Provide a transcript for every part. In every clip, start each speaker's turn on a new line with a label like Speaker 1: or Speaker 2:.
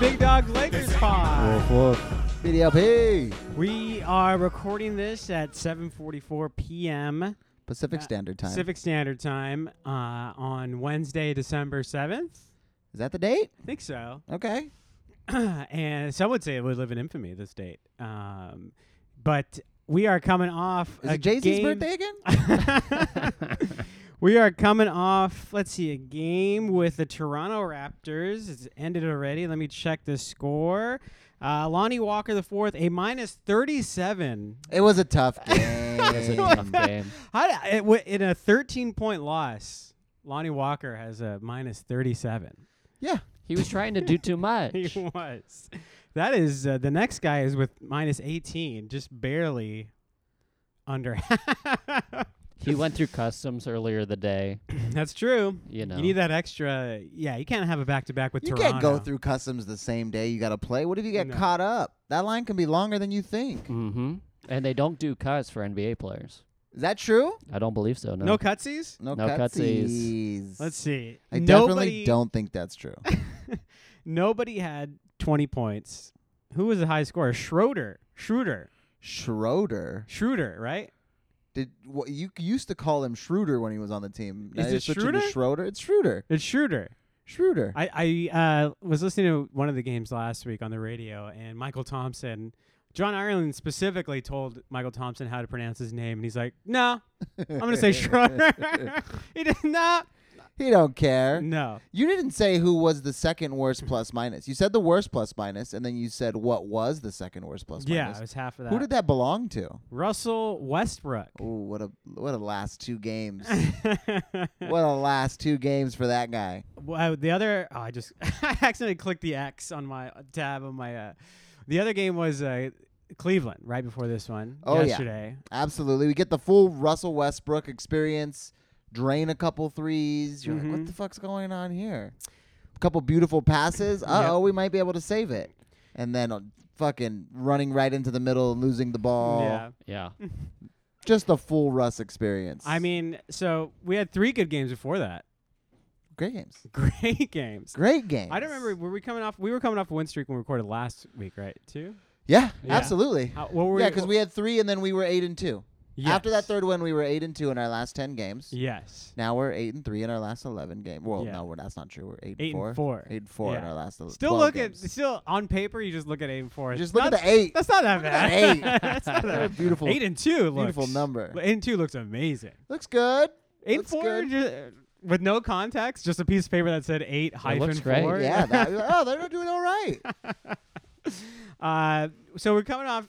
Speaker 1: Big Dogs Lakers Pod.
Speaker 2: Woof, woof. BDLP.
Speaker 1: We are recording this at 7:44 p.m.
Speaker 2: Pacific
Speaker 1: Uh,
Speaker 2: Standard Time.
Speaker 1: Pacific Standard Time uh, on Wednesday, December 7th.
Speaker 2: Is that the date?
Speaker 1: I think so.
Speaker 2: Okay.
Speaker 1: and some would say it would live in infamy this date. Um, but we are coming off
Speaker 2: Is
Speaker 1: a
Speaker 2: it Jay Z's
Speaker 1: game-
Speaker 2: birthday again?
Speaker 1: we are coming off, let's see, a game with the Toronto Raptors. It's ended already. Let me check the score. Uh, Lonnie Walker the fourth, a minus thirty-seven.
Speaker 2: It was a tough game.
Speaker 3: That's a tough game.
Speaker 1: How did, it, wa- in a thirteen-point loss, Lonnie Walker has a minus thirty-seven.
Speaker 2: yeah.
Speaker 3: He was trying to do too much.
Speaker 1: He was. That is uh, the next guy is with minus eighteen, just barely under.
Speaker 3: He went through customs earlier the day.
Speaker 1: That's true.
Speaker 3: You know,
Speaker 1: You need that extra. Yeah, you can't have a back-to-back with
Speaker 2: You
Speaker 1: Toronto.
Speaker 2: can't go through customs the same day you got to play. What if you get
Speaker 1: No.
Speaker 2: caught up? That line can be longer than you think.
Speaker 3: Mm-hmm. And they don't do cuts for NBA players.
Speaker 2: Is that true?
Speaker 3: I don't believe so. No.
Speaker 1: No cutsies?
Speaker 3: No cutsies.
Speaker 2: cutsies.
Speaker 1: Let's see.
Speaker 2: I
Speaker 1: Nobody-
Speaker 2: definitely don't think that's true.
Speaker 1: Nobody had 20 points. Who was the high scorer? Schroeder. Schroeder.
Speaker 2: Schroeder.
Speaker 1: Schroeder, right?
Speaker 2: Did what you used to call him Schroeder when he was on the team? Now
Speaker 1: Is
Speaker 2: you're
Speaker 1: it
Speaker 2: switching
Speaker 1: Schroeder?
Speaker 2: To Schroeder. It's Schroeder.
Speaker 1: It's Schroeder.
Speaker 2: Schroeder.
Speaker 1: I, I uh, was listening to one of the games last week on the radio, and Michael Thompson, John Ireland specifically told Michael Thompson how to pronounce his name, and he's like, no, I'm going to say Schroeder. he did not.
Speaker 2: he don't care.
Speaker 1: No.
Speaker 2: You didn't say who was the second worst plus minus. You said the worst plus minus, and then you said what was the second worst plus
Speaker 1: Yeah,
Speaker 2: minus.
Speaker 1: it was half of that.
Speaker 2: Who did that belong to?
Speaker 1: Russell Westbrook.
Speaker 2: Oh, what a what a last two games. what a last two games for that guy.
Speaker 1: Well, the other oh, I just I accidentally clicked the X on my tab on my. Uh, the other game was uh, Cleveland right before this one
Speaker 2: Oh, yeah.
Speaker 1: yesterday.
Speaker 2: Absolutely. We get the full Russell Westbrook experience. Drain a couple threes. You're like,
Speaker 1: Mhm.
Speaker 2: what the fuck's going on here? A couple beautiful passes. Uh oh, we might be able to save it. And then uh, fucking running right into the middle, losing the ball.
Speaker 1: Yeah,
Speaker 3: Yeah.
Speaker 2: Just the full Russ experience.
Speaker 1: I mean, so we had three good games before that.
Speaker 2: great games.
Speaker 1: Great games.
Speaker 2: Great games.
Speaker 1: I don't remember. Were we coming off? We were coming off a win streak when we recorded last week, right? Two.
Speaker 2: Yeah,
Speaker 1: Yeah.
Speaker 2: absolutely.
Speaker 1: How, what were
Speaker 2: yeah,
Speaker 1: we-
Speaker 2: because we had three, and then we were eight and two.
Speaker 1: Yes.
Speaker 2: After that third win, we were eight and two in our last ten games.
Speaker 1: Yes.
Speaker 2: Now we're eight and three in our last eleven game. Well,
Speaker 1: Yeah.
Speaker 2: no, we're, that's not true. We're eight,
Speaker 1: Eight and
Speaker 2: four.
Speaker 1: four.
Speaker 2: Eight and four in
Speaker 1: Yeah.
Speaker 2: our last. ele-
Speaker 1: Still
Speaker 2: 12
Speaker 1: look at
Speaker 2: games.
Speaker 1: still on paper. You just look at eight and four.
Speaker 2: Just look at
Speaker 1: That's-
Speaker 2: the eight.
Speaker 1: That's not that
Speaker 2: at
Speaker 1: bad.
Speaker 2: eight.
Speaker 1: That's not that bad.
Speaker 2: Beautiful.
Speaker 1: Eight and two. Looks,
Speaker 2: Beautiful number.
Speaker 1: Eight and two looks amazing.
Speaker 2: Looks good.
Speaker 1: Eight
Speaker 2: Looks
Speaker 1: four
Speaker 2: good.
Speaker 1: ju- with no context, just a piece of paper that said eight hyphen
Speaker 3: looks great.
Speaker 1: four.
Speaker 2: Yeah. That, oh, they're doing all right.
Speaker 1: Uh, so we're coming off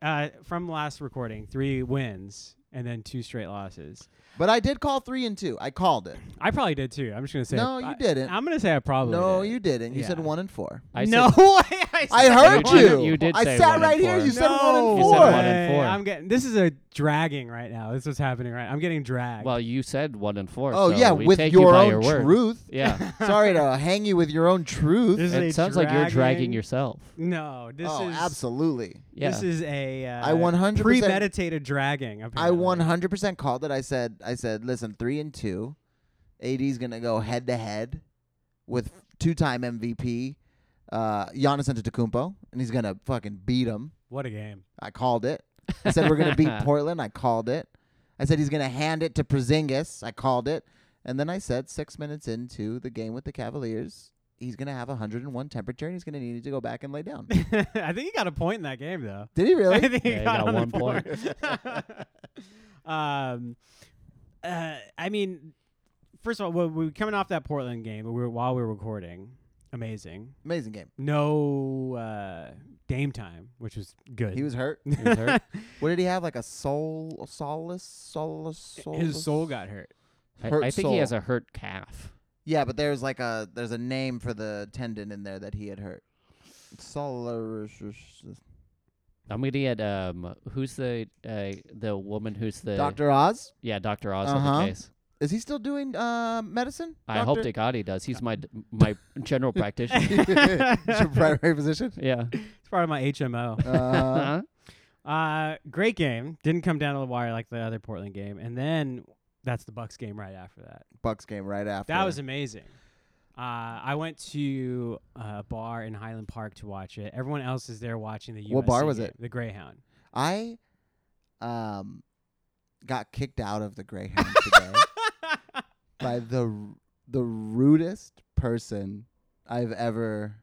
Speaker 1: uh, from last recording, three wins and then two straight losses.
Speaker 2: But I did call three and two. I called it.
Speaker 1: I probably did too. I'm just gonna say
Speaker 2: No,
Speaker 1: I-
Speaker 2: you didn't.
Speaker 1: I'm gonna say I
Speaker 3: Oh,
Speaker 1: probably
Speaker 2: No,
Speaker 1: did.
Speaker 2: you didn't. You said
Speaker 1: Yeah.
Speaker 2: one and four.
Speaker 3: I
Speaker 1: no
Speaker 3: Said,
Speaker 1: way. I,
Speaker 2: I
Speaker 1: said-
Speaker 2: heard
Speaker 3: You
Speaker 2: you.
Speaker 3: did- you did
Speaker 2: I
Speaker 3: say
Speaker 2: sat
Speaker 3: one and
Speaker 2: right here.
Speaker 3: four.
Speaker 2: You said one
Speaker 1: No
Speaker 2: and
Speaker 3: You said
Speaker 2: four.
Speaker 3: one and
Speaker 1: way.
Speaker 3: four.
Speaker 1: I'm getting this is a dragging right now. This is what's happening right. I'm getting dragged.
Speaker 3: well, you said one and four.
Speaker 2: oh
Speaker 3: so
Speaker 2: yeah,
Speaker 3: we
Speaker 2: with
Speaker 3: take you
Speaker 2: your
Speaker 3: by
Speaker 2: own
Speaker 3: your word.
Speaker 2: truth.
Speaker 3: Yeah.
Speaker 2: Sorry to hang you with your own truth.
Speaker 1: This is a
Speaker 3: it sounds like you're dragging yourself.
Speaker 1: No, this
Speaker 2: oh,
Speaker 1: is
Speaker 2: absolutely.
Speaker 3: Yeah.
Speaker 1: This is a uh,
Speaker 2: I 100%
Speaker 1: premeditated dragging.
Speaker 2: I
Speaker 1: Apparently.
Speaker 2: 100% called it. I said, I said, listen, three and two, AD's gonna go head to head with two-time MVP uh, Giannis Antetokounmpo, and he's gonna fucking beat him.
Speaker 1: What a game!
Speaker 2: I called it. I said we're gonna beat Portland. I called it. I said he's gonna hand it to Porzingis. I called it. And then I said six minutes into the game with the Cavaliers, he's gonna have 101 temperature and he's gonna need to go back and lay down.
Speaker 1: I think he got a point in that game though.
Speaker 2: Did he
Speaker 1: I
Speaker 2: really?
Speaker 1: think he
Speaker 3: Yeah, he
Speaker 1: got, on
Speaker 3: got
Speaker 1: the
Speaker 3: one point.
Speaker 1: board. um, uh, I mean, first of all, we we were coming off that Portland game, but we were, while we were recording, amazing.
Speaker 2: Amazing game.
Speaker 1: No uh, Dame time, which was good.
Speaker 2: He was hurt.
Speaker 3: He was hurt.
Speaker 2: What did he have? Like a soul, solace, solace, solace.
Speaker 1: His soul got hurt.
Speaker 3: I,
Speaker 2: Hurt
Speaker 3: I think he
Speaker 2: soul.
Speaker 3: has a hurt calf.
Speaker 2: Yeah, but there's like a there's a name for the tendon in there that he had hurt. Solaris.
Speaker 3: I'm gonna get um. Who's the uh the woman who's the
Speaker 2: Doctor Oz.
Speaker 3: Yeah, Doctor Oz on
Speaker 2: Uh-huh.
Speaker 3: the case.
Speaker 2: Is he still doing uh, medicine?
Speaker 3: I hope
Speaker 2: Doctor-
Speaker 3: to God he does. He's my d- my general practitioner.
Speaker 2: Is your primary physician.
Speaker 3: Yeah.
Speaker 1: It's part of my HMO.
Speaker 2: Uh,
Speaker 3: Uh-huh.
Speaker 1: Uh, great game. Didn't come down to the wire like the other Portland game, and then that's the Bucks game right after that.
Speaker 2: Bucks game right after.
Speaker 1: That was amazing. Uh, I went to a bar in Highland Park to watch it. Everyone else is there watching the USA.
Speaker 2: What bar was
Speaker 1: game,
Speaker 2: it?
Speaker 1: The Greyhound.
Speaker 2: I um got kicked out of the Greyhound today by the r- the rudest person I've ever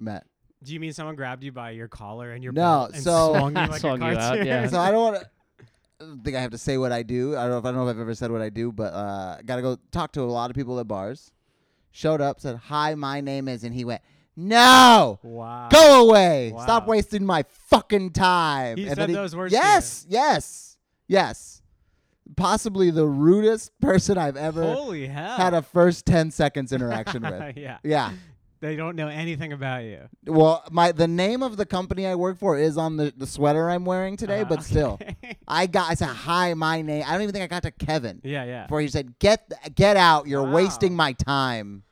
Speaker 2: met.
Speaker 1: Do you mean someone grabbed you by your collar and your
Speaker 2: No,
Speaker 1: belt and
Speaker 2: so-
Speaker 1: swung you like
Speaker 3: Swung you
Speaker 1: a
Speaker 3: out,
Speaker 1: cartoon?
Speaker 3: yeah.
Speaker 2: So I don't want to I think I have to say what I do. I don't know if I don't know if I've ever said what I do, but uh got to go talk to a lot of people at bars. Showed up, said, "Hi, my name is," and he went, "No."
Speaker 1: Wow.
Speaker 2: Go away.
Speaker 1: Wow.
Speaker 2: Stop wasting my fucking time.
Speaker 1: He
Speaker 2: And
Speaker 1: said
Speaker 2: then
Speaker 1: those words to you.
Speaker 2: Yes, yes, yes. Possibly the rudest person I've ever
Speaker 1: Holy hell.
Speaker 2: had a first 10 seconds interaction with.
Speaker 1: yeah.
Speaker 2: Yeah.
Speaker 1: They don't know anything about you.
Speaker 2: Well, my the name of the company I work for is on the, the sweater I'm wearing today,
Speaker 1: Uh,
Speaker 2: but still.
Speaker 1: okay.
Speaker 2: I got I said hi, my name. I don't even think I got to Kevin.
Speaker 1: yeah, yeah.
Speaker 2: Before he said, "Get th- get out. You're
Speaker 1: Wow.
Speaker 2: wasting my time."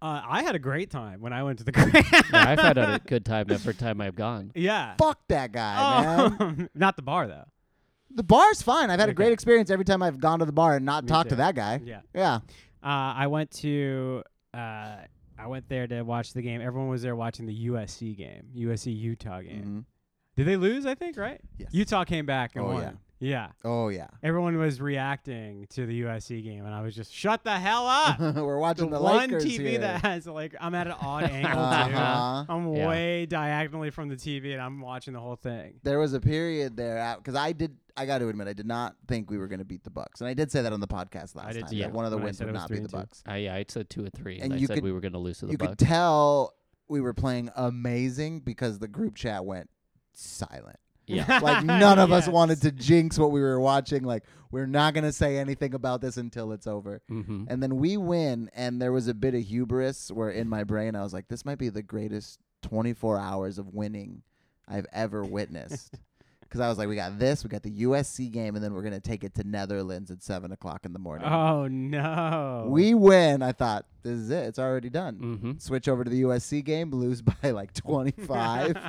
Speaker 1: Uh, I had a great time when I went to the Greyhound.
Speaker 3: yeah, I've had a good time every time I've gone.
Speaker 1: Yeah.
Speaker 2: Fuck that guy, man.
Speaker 1: Oh, not the bar though.
Speaker 2: The bar's fine. I've had a
Speaker 1: Okay.
Speaker 2: great experience every time I've gone to the bar and not
Speaker 1: Me
Speaker 2: talked to
Speaker 1: too.
Speaker 2: that guy.
Speaker 1: Yeah.
Speaker 2: Yeah.
Speaker 1: Uh, I went to. Uh, I went there to watch the game. Everyone was there watching the USC game, USC Utah game.
Speaker 2: Mhm.
Speaker 1: Did they lose? I think right.
Speaker 2: Yes.
Speaker 1: Utah came back and
Speaker 2: Oh,
Speaker 1: won.
Speaker 2: yeah.
Speaker 1: yeah.
Speaker 2: Oh yeah.
Speaker 1: Everyone was reacting to the USC game, and I was just shut the hell up.
Speaker 2: We're watching the,
Speaker 1: Ah, one
Speaker 2: Lakers
Speaker 1: TV
Speaker 2: here.
Speaker 1: that has like I'm at an odd angle
Speaker 2: Uh-huh.
Speaker 1: too. I'm
Speaker 3: Yeah.
Speaker 1: way diagonally from the TV, and I'm watching the whole thing.
Speaker 2: There was a period there because I did. I got to admit, I did not think we were going to beat the Bucks, and I did say that on the podcast last
Speaker 1: I did
Speaker 2: time.
Speaker 1: too,
Speaker 2: That one of the
Speaker 1: when I
Speaker 2: wins
Speaker 1: said
Speaker 2: would
Speaker 1: it was
Speaker 2: not be
Speaker 1: three
Speaker 2: the
Speaker 1: and two.
Speaker 2: Bucks.
Speaker 3: I, yeah, I said two or three,
Speaker 2: And
Speaker 3: and,
Speaker 2: you
Speaker 3: I said
Speaker 2: could-
Speaker 3: we were going to lose to the
Speaker 2: You
Speaker 3: Bucks.
Speaker 2: could tell we were playing amazing because the group chat went silent.
Speaker 3: yeah,
Speaker 2: Like none of us
Speaker 1: Yes.
Speaker 2: wanted to jinx what we were watching. Like we're not going to say anything about this until it's over.
Speaker 3: hmm
Speaker 2: And then we win, and there was a bit of hubris where in my brain I was like, this might be the greatest 24 hours of winning I've ever witnessed. Because I was like, we got this, we got the USC game, and then we're going to take it to Netherlands at 7 o'clock in the morning.
Speaker 1: Oh no.
Speaker 2: we win. I thought, this is it, it's already done.
Speaker 3: hmm
Speaker 2: Switch over to the USC game, lose by like 25.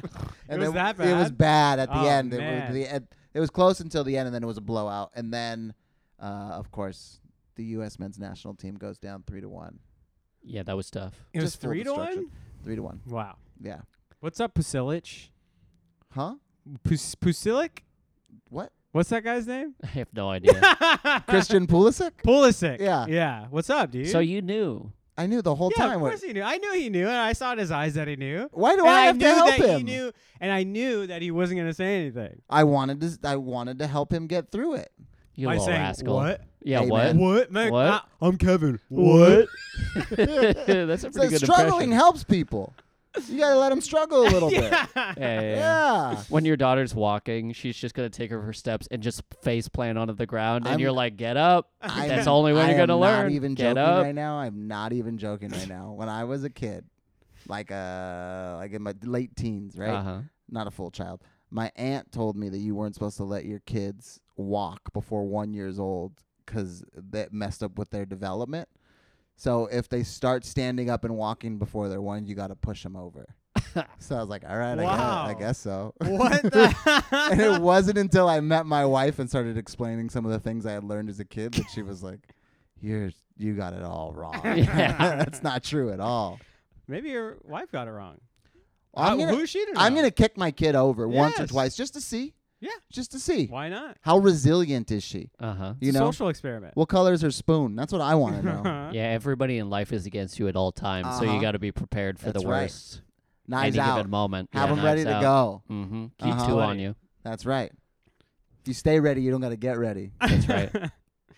Speaker 1: It was that
Speaker 2: It was
Speaker 1: bad?
Speaker 2: bad at the
Speaker 1: Oh,
Speaker 2: end. It,
Speaker 1: man.
Speaker 2: was, the, it, it was close until the end, and then it was a blowout. And then, uh, of course, the U.S. men's national team goes down three to one.
Speaker 3: yeah, that was tough.
Speaker 1: it was
Speaker 2: just full
Speaker 1: three to one.
Speaker 2: destruction. Three to one.
Speaker 1: Wow.
Speaker 2: Yeah.
Speaker 1: What's up, Pusilic?
Speaker 2: Huh?
Speaker 1: Pus- Pusilic?
Speaker 2: What?
Speaker 1: What's that guy's name?
Speaker 3: I have no idea.
Speaker 2: Christian Pulisic?
Speaker 1: Pulisic.
Speaker 2: Yeah.
Speaker 1: Yeah. What's up, dude?
Speaker 3: so you knew.
Speaker 2: I knew the whole
Speaker 1: yeah,
Speaker 2: time.
Speaker 1: of
Speaker 2: what-
Speaker 1: course he knew. I knew he knew, and I saw in his eyes that he knew.
Speaker 2: Why do
Speaker 1: and
Speaker 2: I have
Speaker 1: knew
Speaker 2: to help
Speaker 1: that
Speaker 2: him?
Speaker 1: he knew, and I knew that he wasn't going to say anything.
Speaker 2: I wanted to. I wanted to help him get through it.
Speaker 3: You
Speaker 1: By
Speaker 3: little
Speaker 1: saying,
Speaker 3: rascal.
Speaker 1: "What?
Speaker 3: Yeah,
Speaker 2: Hey,
Speaker 3: what?
Speaker 2: man.
Speaker 1: What? Mate,
Speaker 3: What?
Speaker 1: I, am Kevin.
Speaker 3: That's a
Speaker 2: So
Speaker 3: pretty good
Speaker 2: struggling
Speaker 3: impression.
Speaker 2: helps people. You gotta let them struggle a little bit.
Speaker 3: Yeah, yeah, yeah.
Speaker 2: Yeah.
Speaker 3: When your daughter's walking, she's just gonna take her, her steps and just face plant onto the ground, and
Speaker 2: I'm-
Speaker 3: you're like, "Get up!
Speaker 2: I'm-
Speaker 3: That's the only way
Speaker 2: I
Speaker 3: you're gonna
Speaker 2: am
Speaker 3: learn.
Speaker 2: Not even
Speaker 3: Get
Speaker 2: joking
Speaker 3: up!"
Speaker 2: right now. I'm not even joking right now. When I was a kid, like uh, like in my late teens, right?
Speaker 3: Uh-huh.
Speaker 2: Not a full child. My aunt told me that you weren't supposed to let your kids walk before one years old because that messed up with their development. So if they start standing up and walking before they're one, you got to push them over. so I was like, all right, I, guess,
Speaker 1: Wow.
Speaker 2: I guess so.
Speaker 1: what the?
Speaker 2: and it wasn't until I met my wife and started explaining some of the things I had learned as a kid that she was like, "You're you got it all wrong.
Speaker 3: Yeah.
Speaker 2: That's not true at all."
Speaker 1: Maybe your wife got it wrong.
Speaker 2: I'm
Speaker 1: Uh,
Speaker 2: gonna,
Speaker 1: who's she to
Speaker 2: I'm
Speaker 1: know?
Speaker 2: gonna kick my kid over once or
Speaker 1: Yes.
Speaker 2: twice just to see.
Speaker 1: Yeah.
Speaker 2: just to see
Speaker 1: Why not?
Speaker 2: how resilient is she.
Speaker 3: Uh huh.
Speaker 2: You know,
Speaker 1: Social experiment.
Speaker 2: what color is her spoon? That's what I want to know.
Speaker 1: Uh-huh.
Speaker 3: Yeah, everybody in life is against you at all times, so
Speaker 2: Uh-huh.
Speaker 3: you got to be prepared for
Speaker 2: That's
Speaker 3: the
Speaker 2: right.
Speaker 3: worst
Speaker 2: Knives
Speaker 3: any
Speaker 2: out.
Speaker 3: given moment.
Speaker 2: Have them ready to go.
Speaker 3: Mm-hmm. Keep
Speaker 2: Uh-huh.
Speaker 3: two on
Speaker 1: Ready.
Speaker 3: you.
Speaker 2: That's right. If you stay ready, you don't got to get ready.
Speaker 3: That's right.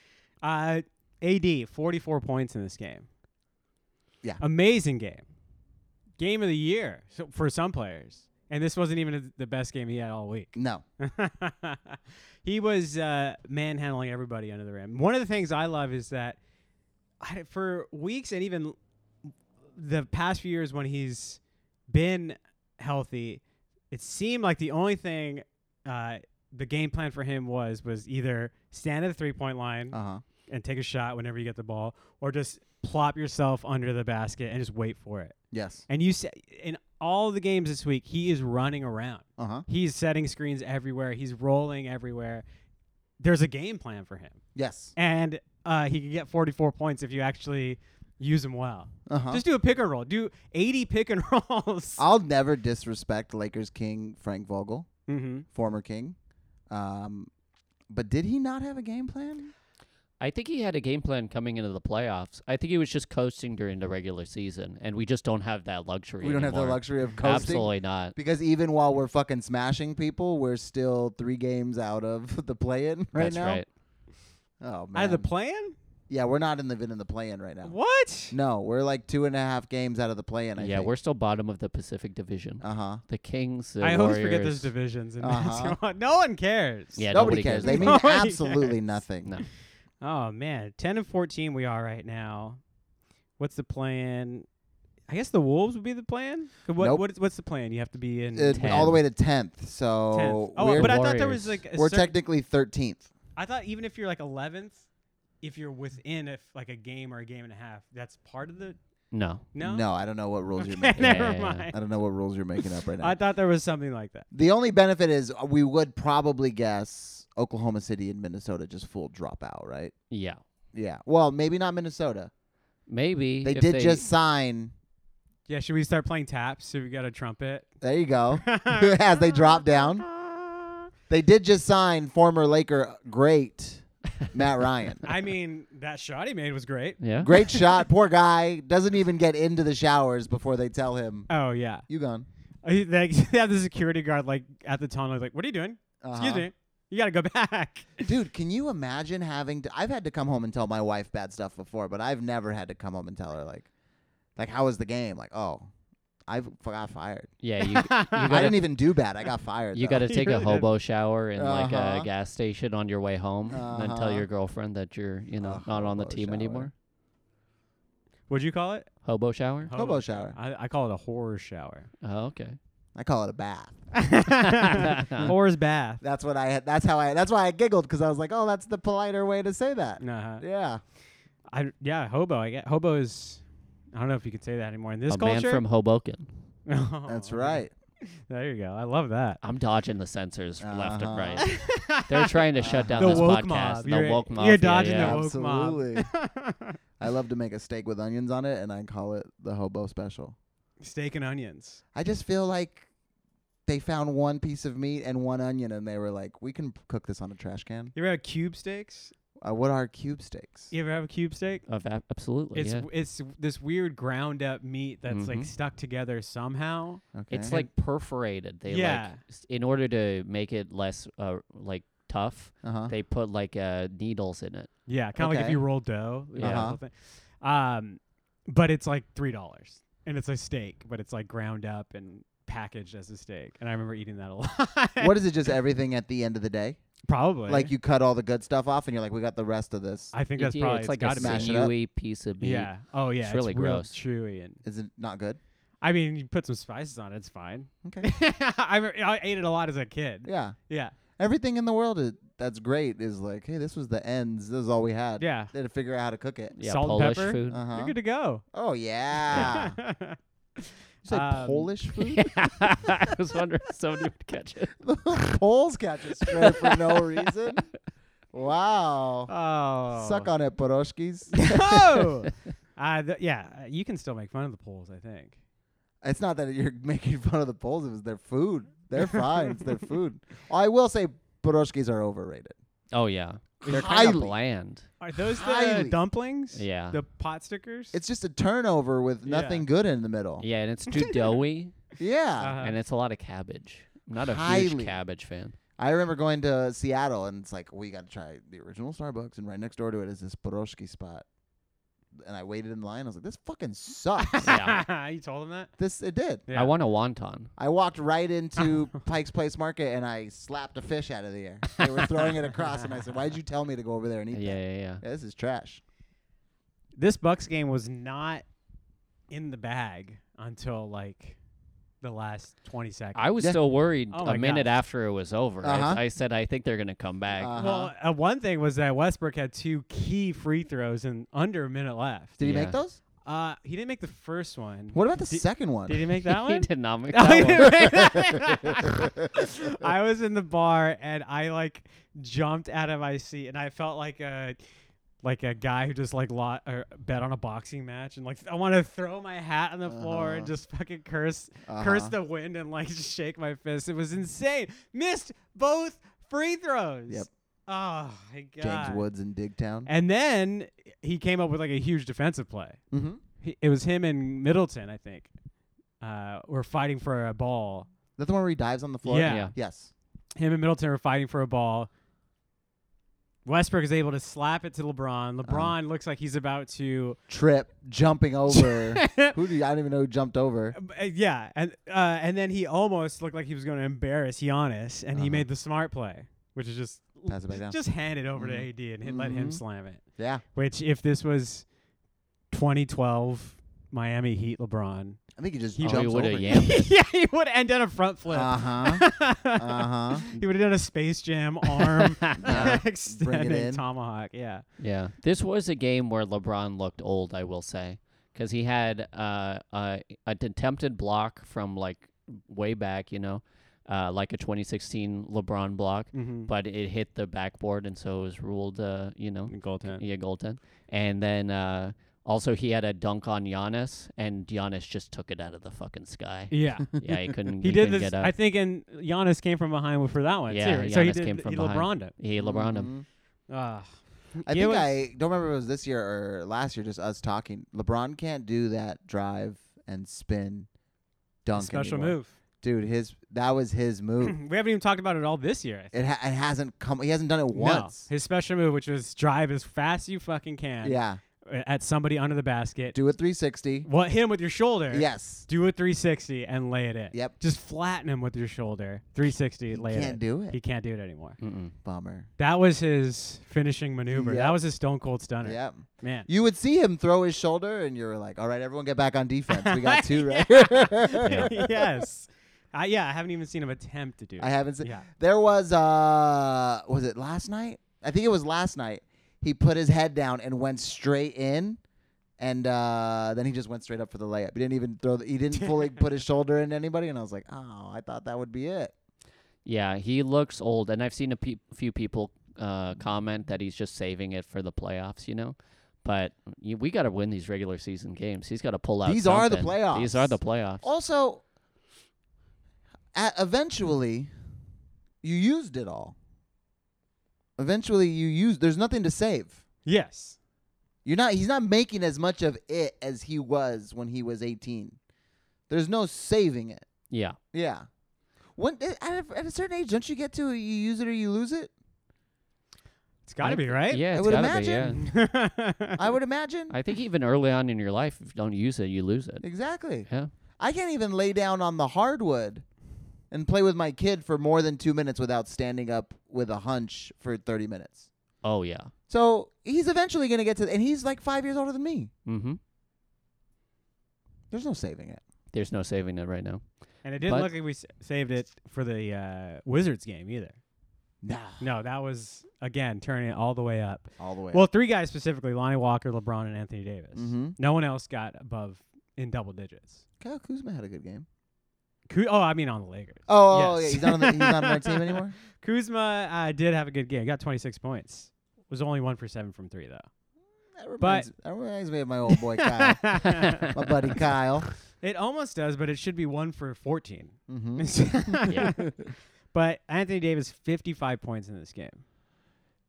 Speaker 1: uh, AD, 44 points in this game.
Speaker 2: Yeah.
Speaker 1: Amazing game. Game of the year so, for some players. And this wasn't even a- the best game he had all week.
Speaker 2: No.
Speaker 1: he was uh, manhandling everybody under the rim. One of the things I love is that I, for weeks and even the past few years when he's been healthy, it seemed like the only thing uh, the game plan for him was was either stand at the three point line
Speaker 2: Uh huh.
Speaker 1: and take a shot whenever you get the ball, or just plop yourself under the basket and just wait for it.
Speaker 2: Yes.
Speaker 1: And you sa in all the games this week, he is running around.
Speaker 2: Uh huh.
Speaker 1: He's setting screens everywhere. He's rolling everywhere. There's a game plan for him,
Speaker 2: Yes.
Speaker 1: and uh, he can get 44 points if you actually use them well.
Speaker 2: Uh-huh.
Speaker 1: Just do a pick and roll. Do 80 pick and rolls.
Speaker 2: I'll never disrespect Lakers king Frank Vogel,
Speaker 1: mm-hmm.
Speaker 2: former king. Um, but did he not have a game plan?
Speaker 3: I think he had a game plan coming into the playoffs. I think he was just coasting during the regular season, and we just don't have that luxury.
Speaker 2: We don't have the
Speaker 3: anymore.
Speaker 2: luxury of coasting.
Speaker 3: Absolutely not.
Speaker 2: Because even while we're fucking smashing people, we're still three games out of the play-in right
Speaker 3: That's
Speaker 2: now.
Speaker 3: right.
Speaker 2: Oh man,
Speaker 1: Out of the plan?
Speaker 2: yeah, we're not in the in the play-in right now.
Speaker 1: What?
Speaker 2: No, we're like two and a half games out of the play-in. I
Speaker 3: yeah, we're still bottom of the Pacific Division.
Speaker 2: uh huh.
Speaker 3: the Kings. The
Speaker 1: I always
Speaker 3: Warriors.
Speaker 1: forget there's divisions. And
Speaker 2: Uh-huh.
Speaker 1: no one cares.
Speaker 3: Yeah,
Speaker 2: Nobody,
Speaker 3: nobody
Speaker 2: cares.
Speaker 3: cares.
Speaker 2: They mean
Speaker 1: Nobody
Speaker 2: absolutely
Speaker 1: cares.
Speaker 2: nothing.
Speaker 3: No.
Speaker 1: Oh, man. 10 and 14 we are right now. What's the plan? I guess the Wolves would be the plan. What,
Speaker 2: Nope.
Speaker 1: what is- what's the plan? You have to be in
Speaker 2: Uh,
Speaker 1: tenth.
Speaker 2: all the way to tenth. So
Speaker 1: 10th. Oh,
Speaker 2: we're,
Speaker 1: but I thought there was
Speaker 3: Warriors.
Speaker 1: like a
Speaker 2: we're
Speaker 1: certain-
Speaker 2: technically thirteenth.
Speaker 1: I thought even if you're like 11th, if you're within if like a game or a game and a half, that's part of the
Speaker 3: No.
Speaker 1: no.
Speaker 2: I don't know what rules you're
Speaker 1: Okay,
Speaker 2: making. up.
Speaker 1: never
Speaker 3: Yeah, yeah, yeah.
Speaker 1: mind.
Speaker 2: I don't know what rules you're making up right now.
Speaker 1: I thought there was something like that.
Speaker 2: the only benefit is uh, we would probably guess Oklahoma City and Minnesota just full dropout, right?
Speaker 3: Yeah.
Speaker 2: Yeah. Well, maybe not Minnesota.
Speaker 3: Maybe
Speaker 2: They
Speaker 3: if
Speaker 2: did just sign.
Speaker 1: Yeah, should we start playing taps? So we got a trumpet
Speaker 2: There you go. As they drop down, they did just sign former Laker great Matt Ryan.
Speaker 1: I mean, that shot he made was great.
Speaker 3: Yeah.
Speaker 2: Great shot. Poor guy doesn't even get into the showers before they tell him
Speaker 1: Oh yeah,
Speaker 2: you gone.
Speaker 1: Uh, he- they they have the security guard like at the tunnel, like, "What are you doing? Excuse
Speaker 2: Uh-huh.
Speaker 1: me, you gotta go back."
Speaker 2: Dude, can you imagine having to I've had to come home and tell my wife bad stuff before, but I've never had to come home and tell her like like how was the game? Like, oh, I got fired.
Speaker 3: Yeah. You. You
Speaker 2: I
Speaker 3: gotta.
Speaker 2: didn't even do bad. I got fired.
Speaker 3: You
Speaker 2: though.
Speaker 3: got to
Speaker 1: You
Speaker 3: take a
Speaker 1: really did.
Speaker 3: hobo shower in like
Speaker 2: Uh-huh.
Speaker 3: a gas station on your way home, and then tell
Speaker 2: Uh-huh.
Speaker 3: your girlfriend that you're, you know,
Speaker 2: A
Speaker 3: not on the
Speaker 2: hobo
Speaker 3: team
Speaker 2: shower.
Speaker 3: anymore.
Speaker 1: What'd you call it?
Speaker 3: Hobo shower.
Speaker 2: Hobo shower.
Speaker 1: I, I call it a horror shower.
Speaker 3: Oh, okay.
Speaker 2: I call it a bath.
Speaker 1: Horror's bath.
Speaker 2: That's what I had that's how I that's why I giggled because I was like, Oh, that's the politer way to say that.
Speaker 1: Uh-huh.
Speaker 2: Yeah.
Speaker 1: I yeah, hobo. I get hobo is. I don't know if you could say that anymore in this
Speaker 3: a man
Speaker 1: culture. Oh,
Speaker 3: from Hoboken.
Speaker 2: That's right.
Speaker 1: There you go. I love that.
Speaker 3: I'm dodging the sensors left and
Speaker 2: Uh-huh.
Speaker 3: right. They're trying to shut down
Speaker 1: the
Speaker 3: this
Speaker 1: woke
Speaker 3: podcast.
Speaker 1: mob.
Speaker 3: The
Speaker 1: You're-
Speaker 3: woke
Speaker 1: you're
Speaker 3: mob.
Speaker 1: dodging the
Speaker 3: yeah,
Speaker 1: woke mob.
Speaker 2: Absolutely. I love to make a steak with onions on it and I call it the hobo special.
Speaker 1: Steak and onions.
Speaker 2: I just feel like they found one piece of meat and one onion, and they were like, "We can cook this on a trash can."
Speaker 1: You ever had cube steaks?
Speaker 2: Uh, what are cube steaks?
Speaker 1: You ever have a cube steak?
Speaker 3: Of ab- absolutely.
Speaker 1: It's
Speaker 3: yeah.
Speaker 1: it's this weird ground up meat that's
Speaker 3: Mhm.
Speaker 1: like stuck together somehow.
Speaker 2: Okay.
Speaker 3: It's like perforated. They
Speaker 1: Yeah.
Speaker 3: like s- in order to make it less uh, like tough,
Speaker 2: uh-huh.
Speaker 3: they put like uh, needles in it.
Speaker 1: Yeah, kind of like if
Speaker 2: Okay.
Speaker 1: you roll dough.
Speaker 3: Yeah.
Speaker 1: Yeah. whole thing. Um, but it's like three dollars, and it's a steak, but it's like ground up and packaged as a steak. And I remember eating that a lot.
Speaker 2: what is it? Just everything at the end of the day?
Speaker 1: Probably
Speaker 2: Like you cut all the good stuff off, and you're like, "We got the rest of this."
Speaker 1: I think
Speaker 3: You
Speaker 1: that's
Speaker 3: do,
Speaker 1: probably
Speaker 3: it's like
Speaker 1: gotta
Speaker 3: a
Speaker 1: be.
Speaker 2: smash it up.
Speaker 3: sinewy piece of meat.
Speaker 1: Yeah. Oh yeah. It's,
Speaker 3: really
Speaker 1: real
Speaker 3: gross.
Speaker 1: Chewy and
Speaker 2: Is it not good?
Speaker 1: I mean, you put some spices on it, it's fine.
Speaker 2: Okay.
Speaker 1: I, re- I ate it a lot as a kid.
Speaker 2: yeah.
Speaker 1: Yeah.
Speaker 2: Everything in the world is, that's great is like, "Hey, this was the ends. This is all we had."
Speaker 1: Yeah.
Speaker 2: They had to figure out how to cook it.
Speaker 3: Yeah,
Speaker 1: Salt and
Speaker 3: Polish
Speaker 1: pepper?
Speaker 3: food.
Speaker 2: Uh
Speaker 1: You're
Speaker 2: huh.
Speaker 1: good to go.
Speaker 2: Oh yeah. you said
Speaker 1: Um,
Speaker 2: Polish food.
Speaker 3: yeah, I was wondering if somebody would catch it.
Speaker 2: Poles catch it straight for no reason. Wow.
Speaker 1: Oh.
Speaker 2: Suck on it, Poroshkis.
Speaker 1: No. uh, th- yeah, uh, you can still make fun of the polls, I think.
Speaker 2: It's not that you're making fun of the Poles. It was their food. They're fine. it's their food. I will say Boroshkis are overrated.
Speaker 3: Oh yeah, they're kind of
Speaker 2: Highly.
Speaker 3: bland.
Speaker 1: Are those the
Speaker 2: Highly.
Speaker 1: dumplings?
Speaker 3: Yeah,
Speaker 1: The pot stickers?
Speaker 2: It's just a turnover with nothing
Speaker 1: Yeah.
Speaker 2: good in the middle.
Speaker 3: yeah, and it's too doughy,
Speaker 2: Yeah.
Speaker 1: Uh-huh.
Speaker 3: and it's a lot of cabbage. I'm not a
Speaker 2: Highly.
Speaker 3: huge cabbage fan.
Speaker 2: I remember going to Seattle and it's like, we got to try the original Starbucks. And right next door to it is this Boroshki spot. And I waited in line. I was like, this fucking sucks.
Speaker 3: Yeah.
Speaker 1: you told them that?
Speaker 2: this, it did.
Speaker 1: Yeah.
Speaker 3: I want a wonton.
Speaker 2: I walked right into Pike's Place Market and I slapped a fish out of the air. They were throwing it across. And I said, why'd you tell me to go over there and eat
Speaker 3: Yeah,
Speaker 2: that?
Speaker 3: yeah, yeah.
Speaker 2: Yeah, this is trash.
Speaker 1: This Bucks game was not in the bag until like the last 20 seconds.
Speaker 3: I was
Speaker 2: Yeah.
Speaker 3: still worried
Speaker 1: Oh my
Speaker 3: a minute
Speaker 1: gosh.
Speaker 3: after it was over. I-
Speaker 2: Uh-huh.
Speaker 3: I, said, I think they're gonna come back.
Speaker 2: Uh-huh.
Speaker 1: Well, uh, one thing was that Westbrook had two key free throws and under a minute left.
Speaker 2: Did he
Speaker 3: Yeah.
Speaker 2: make those?
Speaker 1: Uh, he didn't make the first one.
Speaker 2: What about the
Speaker 1: Did-
Speaker 2: second one?
Speaker 1: Did he make that
Speaker 3: he
Speaker 1: one?
Speaker 3: did not make
Speaker 1: Oh, he
Speaker 3: that one.
Speaker 1: didn't make that. I was in the bar and I like jumped out of my seat and I felt like a like a guy who just like lot or bet on a boxing match and like I want to throw my hat on the floor and
Speaker 2: Uh-huh.
Speaker 1: just fucking curse curse
Speaker 2: Uh-huh.
Speaker 1: the wind and like just shake my fist. It was insane. Missed both free throws.
Speaker 2: Yep.
Speaker 1: Oh my god.
Speaker 2: James Woods in Digtown.
Speaker 1: And then he came up with like a huge defensive play.
Speaker 2: Mm-hmm.
Speaker 1: He, it was him and Middleton, I think. Uh, were fighting for a ball.
Speaker 2: That's the one where he dives on the floor.
Speaker 1: Yeah.
Speaker 3: Yeah.
Speaker 2: Yes.
Speaker 1: Him and Middleton were fighting for a ball. Westbrook is able to slap it to LeBron. LeBron looks like he's about to
Speaker 2: Trip jumping over. who do you, I don't even know who jumped over.
Speaker 1: Uh, yeah, and uh, and then he almost looked like he was going to embarrass Giannis, and he
Speaker 2: Uh-huh.
Speaker 1: made the smart play, which is just
Speaker 2: Pass it back
Speaker 1: just,
Speaker 2: down.
Speaker 1: just hand it over
Speaker 2: Mhm.
Speaker 1: to AD and hit, let him
Speaker 3: Mhm.
Speaker 1: slam it.
Speaker 2: Yeah.
Speaker 1: Which, if this was 2012 Miami Heat LeBron,
Speaker 2: I think he just
Speaker 1: He
Speaker 3: Oh,
Speaker 2: jumps
Speaker 3: he would
Speaker 2: over.
Speaker 3: have yammed it.
Speaker 1: yeah, he would end on a front flip.
Speaker 2: Uh huh. Uh huh.
Speaker 1: he would have done a Space Jam arm
Speaker 2: Yeah,
Speaker 1: extended
Speaker 2: in.
Speaker 1: tomahawk. Yeah,
Speaker 3: Yeah, this was a game where LeBron looked old. I will say, because he had uh, uh, an attempted block from like way back, you know, uh, like a 2016 LeBron block,
Speaker 1: mm-hmm.
Speaker 3: but it hit the backboard, and so it was ruled, uh, you know,
Speaker 1: goaltend.
Speaker 3: yeah, Golden. And then uh, also he had a dunk on Giannis, and Giannis just took it out of the fucking sky.
Speaker 1: Yeah.
Speaker 3: yeah, he couldn't.
Speaker 1: He did
Speaker 3: couldn't
Speaker 1: this,
Speaker 3: Get up.
Speaker 1: I think, and Giannis came from behind for that one
Speaker 3: Yeah,
Speaker 1: too. so he
Speaker 3: Giannis
Speaker 1: did,
Speaker 3: came
Speaker 1: he
Speaker 3: from behind.
Speaker 1: LeBron'd it.
Speaker 3: he LeBroned him.
Speaker 2: Mhm.
Speaker 1: Ah.
Speaker 2: I
Speaker 1: It
Speaker 2: think
Speaker 1: was-
Speaker 2: I don't remember if it was this year or last year, just us talking. LeBron can't do that drive and spin dunk.
Speaker 1: special
Speaker 2: anymore.
Speaker 1: move.
Speaker 2: Dude, his that was his move.
Speaker 1: we haven't even talked about it all this year. I think.
Speaker 2: it, ha- it hasn't come he hasn't done it once.
Speaker 1: No, his special move, which was drive as fast as you fucking can
Speaker 2: yeah.
Speaker 1: at somebody under the basket.
Speaker 2: Do a three sixty.
Speaker 1: what hit him with your shoulder?
Speaker 2: Yes.
Speaker 1: Do a 360 and lay it in.
Speaker 2: Yep.
Speaker 1: Just flatten him with your shoulder. 360,
Speaker 2: He
Speaker 1: lay it.
Speaker 2: can't
Speaker 1: in.
Speaker 2: do it.
Speaker 1: He can't do it anymore.
Speaker 3: Mm-mm.
Speaker 2: Bummer.
Speaker 1: Mm. That was his finishing maneuver. That
Speaker 2: Yep.
Speaker 1: was his stone cold stunner.
Speaker 2: Yep.
Speaker 1: Man.
Speaker 2: You would see him throw his shoulder and you're like, All right, everyone get back on defense. We got two right.
Speaker 1: yes. I, yeah, I haven't even seen him attempt to do it.
Speaker 2: I haven't seen
Speaker 1: Yeah.
Speaker 2: There was uh was it last night? I think it was last night. He put his head down and went straight in and uh then he just went straight up for the layup. He didn't even throw the, he didn't fully put his shoulder in anybody and I was like, "Oh, I thought that would be it."
Speaker 3: Yeah, he looks old, and I've seen a pe- few people uh, comment that he's just saving it for the playoffs. You know. But y we got to win these regular season games. He's got to pull out.
Speaker 2: These are the
Speaker 3: something. These are the
Speaker 2: playoffs.
Speaker 3: playoffs.
Speaker 1: Oh,
Speaker 2: Also at, eventually you used it all. Eventually you used there's nothing to save.
Speaker 1: Yes.
Speaker 2: You're not he's not making as much of it as he was when he was 18. There's no saving it.
Speaker 3: Yeah.
Speaker 2: Yeah. When eh, at a, at a certain age, don't you get to you use it or you lose it?
Speaker 1: It's got to
Speaker 3: I-
Speaker 1: be, right?
Speaker 3: Yeah,
Speaker 2: I
Speaker 3: it's
Speaker 2: would
Speaker 3: gotta Be, yeah.
Speaker 2: imagine. I would imagine.
Speaker 3: I think even early on in your life, if you don't use it, you lose it.
Speaker 2: exactly.
Speaker 3: Yeah.
Speaker 2: I can't even lay down on the hardwood and play with my kid for more than two minutes without standing up with a hunch for 30 minutes.
Speaker 3: Oh yeah.
Speaker 2: So he's eventually going to get to, and he's like five years older than me.
Speaker 3: Mm-hmm.
Speaker 2: There's no saving it.
Speaker 3: There's no saving it right now.
Speaker 1: and it didn't
Speaker 3: But-
Speaker 1: look like we s- saved it for the uh, Wizards game either.
Speaker 2: No.
Speaker 1: No, that was again turning it all the way up.
Speaker 2: All the way.
Speaker 1: Well, three guys specifically: Lonnie Walker, LeBron, and Anthony Davis.
Speaker 2: Mhm.
Speaker 1: No one else got above in double digits.
Speaker 2: Kyle Kuzma had a good game.
Speaker 1: Ku- oh, I mean on the Lakers.
Speaker 2: Oh, oh,
Speaker 1: Yes.
Speaker 2: yeah. He's not on, the, he's not on our team anymore.
Speaker 1: Kuzma uh, did have a good game. Got 26 points. Was only one for seven from three though.
Speaker 2: That reminds, that reminds me of my old boy Kyle, my buddy Kyle.
Speaker 1: It almost does, but it should be one for 14.
Speaker 2: Mm-hmm.
Speaker 3: Yeah.
Speaker 1: But Anthony Davis 55 points in this game.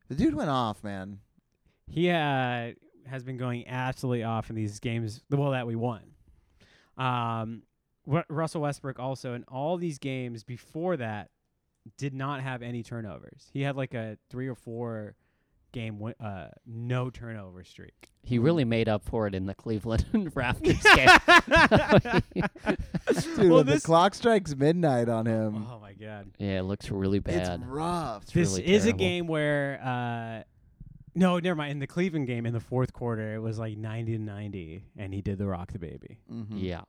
Speaker 2: The dude went off, man.
Speaker 1: He uh, has been going absolutely off in these games. The well that we won. Um, Ru- Russell Westbrook also in all these games before that did not have any turnovers. He had like a three or four game win- uh, no turnover streak.
Speaker 3: He
Speaker 2: Mm-hmm.
Speaker 3: really made up for it in the Cleveland Raptors game.
Speaker 1: Oh,
Speaker 2: Dude,
Speaker 1: Well,
Speaker 2: when
Speaker 1: this-
Speaker 2: the clock strikes midnight on him,
Speaker 1: oh my god!
Speaker 3: Yeah, it looks really
Speaker 2: it's
Speaker 3: bad.
Speaker 2: rough.
Speaker 3: It's
Speaker 1: This
Speaker 3: really
Speaker 1: is a
Speaker 3: terrible.
Speaker 1: game where. Uh, no, never mind. In the Cleveland game, in the fourth quarter, it was like ninety to ninety, and he did the rock the baby.
Speaker 2: Mhm.
Speaker 3: Yeah.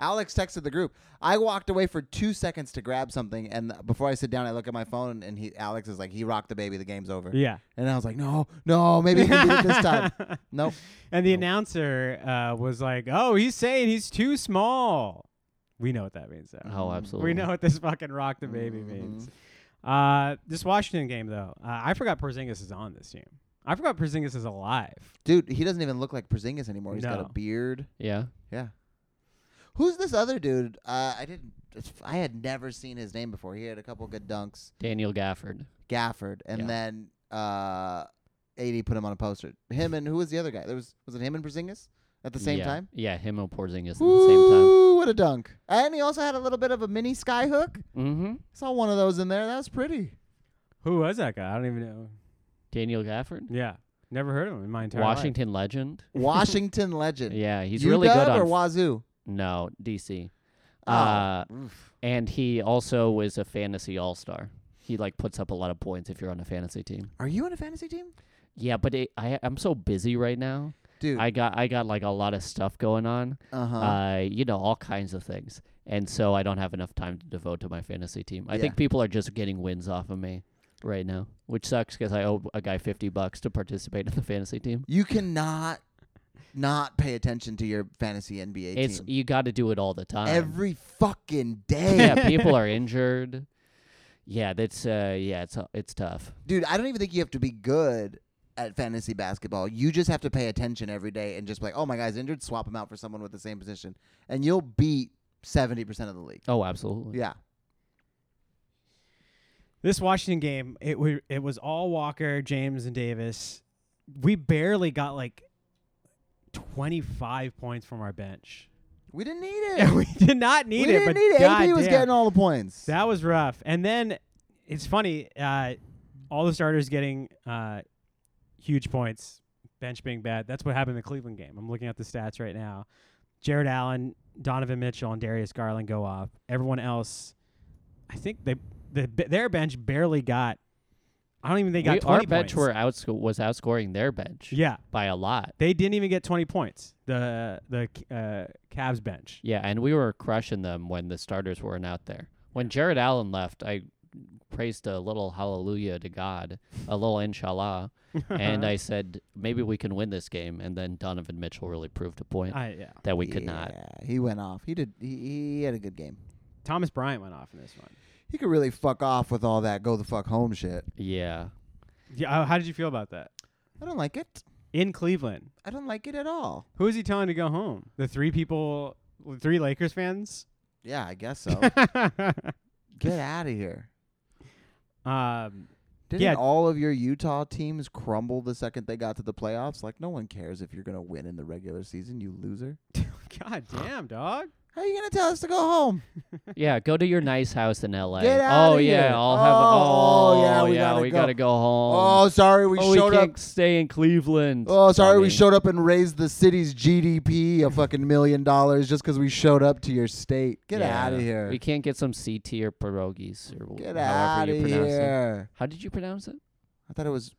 Speaker 2: Alex texted the group. I walked away for two seconds to grab something, and before I sit down, I look at my phone, and he Alex is like, "He rocked the baby. The game's over."
Speaker 1: Yeah,
Speaker 2: And I was like, "No, no, maybe he can do it this time." Nope.
Speaker 1: And the
Speaker 2: Nope.
Speaker 1: announcer uh, was like, "Oh, he's saying he's too small." We know what that means, though.
Speaker 3: Oh,
Speaker 2: We
Speaker 3: absolutely.
Speaker 1: we know what this fucking rock
Speaker 2: Mm-hmm.
Speaker 1: the baby means. Uh, this Washington game, though, uh, I forgot Porzingis is on this team. I forgot Porzingis is alive.
Speaker 2: Dude, he doesn't even look like Porzingis anymore. He's got a
Speaker 1: No.
Speaker 2: beard.
Speaker 3: Yeah.
Speaker 2: Yeah. Who's this other dude? Uh, I didn't. I had never seen his name before. He had a couple good dunks.
Speaker 3: Daniel Gafford.
Speaker 2: Gafford, and
Speaker 3: Yeah.
Speaker 2: then uh, AD put him on a poster. Him and who was the other guy? There was was it him and Porzingis at the same
Speaker 3: yeah.
Speaker 2: time?
Speaker 3: Yeah, him and Porzingis at the same time.
Speaker 2: Ooh, what a dunk! And he also had a little bit of a mini sky hook.
Speaker 3: Mm-hmm.
Speaker 2: Saw one of those in there. That was pretty.
Speaker 1: Who was that guy? I don't even know.
Speaker 3: Daniel Gafford.
Speaker 1: Yeah, never heard of him in my entire
Speaker 3: Washington legend.
Speaker 2: Washington legend.
Speaker 3: Yeah, he's
Speaker 2: UW
Speaker 3: really good on
Speaker 2: Uh, or Wazoo.
Speaker 3: no DC.
Speaker 2: Oh,
Speaker 3: Uh,
Speaker 2: oof.
Speaker 3: and he also was a fantasy all star. He like puts up a lot of points if you're on a fantasy team.
Speaker 2: Are you on a fantasy team,
Speaker 3: Yeah, but it, I I'm so busy right now.
Speaker 2: dude?
Speaker 3: I got I got like a lot of stuff going on.
Speaker 2: uh-huh.
Speaker 3: Uh, you know all kinds of things, and so I don't have enough time to devote to my fantasy team. I think
Speaker 2: Yeah.
Speaker 3: people are just getting wins off of me right now, which sucks because I owe a guy fifty bucks to participate in the fantasy team.
Speaker 2: You cannot not pay attention to your fantasy NBA
Speaker 3: It's
Speaker 2: team
Speaker 3: you got to do it all the time.
Speaker 2: every fucking day.
Speaker 3: yeah, people are injured. Yeah, that's uh, yeah, it's it's tough.
Speaker 2: Dude, I don't even think you have to be good at fantasy basketball. You just have to pay attention every day and just be like, oh, my guy's injured, swap him out for someone with the same position. And you'll beat 70% of the league.
Speaker 3: Oh, absolutely.
Speaker 2: Yeah.
Speaker 1: This Washington game, it wa it was all Walker, James, and Davis. We barely got like twenty five points from our bench.
Speaker 2: We didn't need it.
Speaker 1: And we did not
Speaker 2: We
Speaker 1: need it.
Speaker 2: didn't
Speaker 1: but
Speaker 2: need it. AP was
Speaker 1: goddamn,
Speaker 2: getting all the points.
Speaker 1: that was rough. And then it's funny, uh, all the starters getting uh, huge points, bench being bad. That's what happened in the Cleveland game. I'm looking at the stats right now. Jared Allen, Donovan Mitchell, and Darius Garland go off. Everyone else, I think they the, their bench barely got. I don't even think they
Speaker 3: We-
Speaker 1: got 20
Speaker 3: our
Speaker 1: points.
Speaker 3: bench were outsc- was outscoring their bench
Speaker 1: yeah,
Speaker 3: by a lot.
Speaker 1: they didn't even get 20 points. The the uh, Cavs bench.
Speaker 3: Yeah, and we were crushing them when the starters weren't out there. When Jared Allen left, I praised a little hallelujah to God, a little inshallah, and I said maybe we can win this game. And then Donovan Mitchell really proved a point
Speaker 1: I, yeah.
Speaker 3: that we could not.
Speaker 2: Yeah, he went off. He did. He, he had a good game.
Speaker 1: Thomas Bryant went off in this one.
Speaker 2: He could really fuck off with all that go the fuck home shit.
Speaker 3: Yeah,
Speaker 1: Yeah, uh, how did you feel about that?
Speaker 2: I don't like it.
Speaker 1: in Cleveland.
Speaker 2: I don't like it at all.
Speaker 1: Who is he telling to go home? The three people, three Lakers fans.
Speaker 2: Yeah, I guess so. Get out of here.
Speaker 1: um,
Speaker 2: Didn't
Speaker 1: Yeah.
Speaker 2: all of your Utah teams crumble the second they got to the playoffs? Like no one cares if you're gonna win in the regular season, you loser.
Speaker 1: God damn, dog.
Speaker 2: How are you gonna tell us to go home?
Speaker 3: yeah. Go to your nice house in L.A.
Speaker 2: Get
Speaker 3: oh
Speaker 2: outta
Speaker 3: yeah,
Speaker 2: here.
Speaker 3: I'll have.
Speaker 2: Oh,
Speaker 3: a,
Speaker 2: oh, yeah, we gotta go.
Speaker 3: gotta go home.
Speaker 2: oh, sorry, we
Speaker 3: Um, oh,
Speaker 2: showed
Speaker 3: we
Speaker 2: up.
Speaker 3: can't stay in Cleveland.
Speaker 2: Oh, sorry, we
Speaker 3: Dummy.
Speaker 2: showed up and raised the city's GDP a fucking million dollars just because we showed up to your state. Get
Speaker 3: Yeah.
Speaker 2: out of here.
Speaker 3: We can't get some CT or pierogies or wh-
Speaker 2: Get out
Speaker 3: however
Speaker 2: of
Speaker 3: you pronounce it.
Speaker 2: here.
Speaker 3: How did you pronounce it?
Speaker 2: I thought it was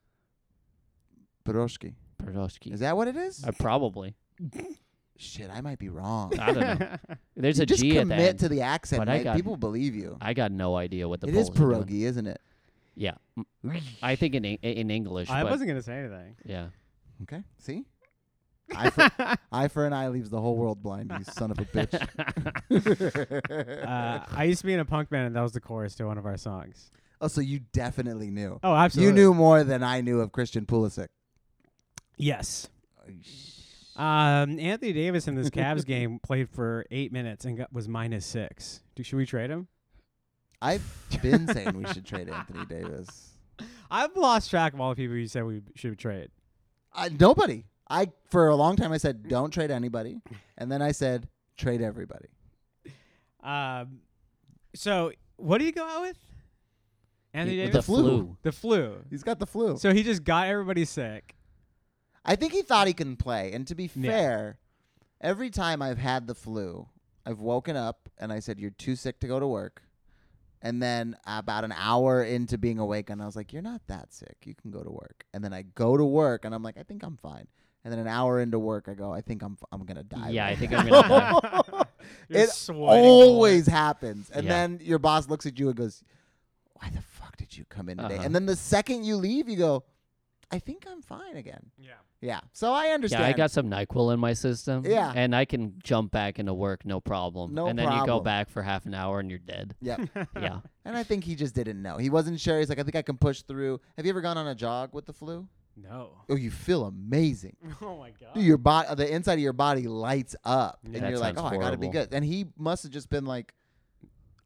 Speaker 2: Broski.
Speaker 3: Pierogi.
Speaker 2: Is that what it is?
Speaker 3: Uh, probably.
Speaker 2: Shit, I might be wrong.
Speaker 3: I don't know. There's
Speaker 2: You
Speaker 3: a G
Speaker 2: just
Speaker 3: at the
Speaker 2: commit
Speaker 3: end.
Speaker 2: to the accent,
Speaker 3: But I
Speaker 2: mate.
Speaker 3: got-
Speaker 2: People believe you.
Speaker 3: I got no idea what the
Speaker 2: it is
Speaker 3: Poles are doing.
Speaker 2: pierogi, isn't it?
Speaker 3: Yeah, Mm, I think in Eng- in English.
Speaker 1: I
Speaker 3: but
Speaker 1: wasn't gonna say anything.
Speaker 3: Yeah.
Speaker 2: Okay. See? Eye for, eye for an eye leaves the whole world blind, you son of a bitch.
Speaker 1: Uh, I used to be in a punk band, and that was the chorus to one of our songs.
Speaker 2: oh, so you definitely knew.
Speaker 1: Oh, absolutely.
Speaker 2: You knew more than I knew of Christian Pulisic.
Speaker 1: Yes. Um, Anthony Davis in this Cavs game played for eight minutes and got, was minus six. Do, should we trade him?
Speaker 2: I've been saying we should trade Anthony Davis.
Speaker 1: I've lost track of all the people you said we should trade.
Speaker 2: I, nobody. I for a long time I said don't trade anybody, and then I said trade everybody.
Speaker 1: Um, so what do you go out with? Anthony
Speaker 3: Y-
Speaker 1: Davis.
Speaker 3: The
Speaker 2: flu.
Speaker 3: flu.
Speaker 1: The flu.
Speaker 2: He's got the flu.
Speaker 1: So he just got everybody sick.
Speaker 2: I think he thought he can play. And to be
Speaker 1: Yeah.
Speaker 2: fair, every time I've had the flu, I've woken up and I said, You're too sick to go to work. And then about an hour into being awake, and I was like, You're not that sick. You can go to work. And then I go to work and I'm like, I think I'm fine. And then an hour into work, I go, I think I'm, f- I'm going to die.
Speaker 3: Yeah, I
Speaker 2: right
Speaker 3: think
Speaker 2: now."
Speaker 3: I'm gonna die.
Speaker 1: You're
Speaker 2: It
Speaker 1: sweating
Speaker 2: always happens. And
Speaker 3: Yeah.
Speaker 2: then your boss looks at you and goes, Why the fuck did you come in today?
Speaker 3: Uh-huh.
Speaker 2: And then the second you leave, you go, I think I'm fine again.
Speaker 1: blood. Yeah.
Speaker 2: Yeah. So I understand.
Speaker 3: Yeah, I got some Nyquil in my system.
Speaker 2: Yeah.
Speaker 3: and I can jump back into work, no problem.
Speaker 2: No
Speaker 3: and then you go
Speaker 2: problem.
Speaker 3: back for half an hour and you're dead.
Speaker 2: Yep.
Speaker 3: Yeah.
Speaker 2: and I think he just didn't know. He wasn't sure. He's like, I think I can push through. Have you ever gone on a jog with the flu?
Speaker 1: No.
Speaker 2: Oh, you feel amazing.
Speaker 1: Oh my god.
Speaker 2: Dude, your body, the inside of your body lights up,
Speaker 1: Yeah.
Speaker 2: and
Speaker 1: That
Speaker 2: you're like, "Oh,
Speaker 3: sounds
Speaker 2: I gotta be
Speaker 3: horrible.
Speaker 2: good." And he must have just been like,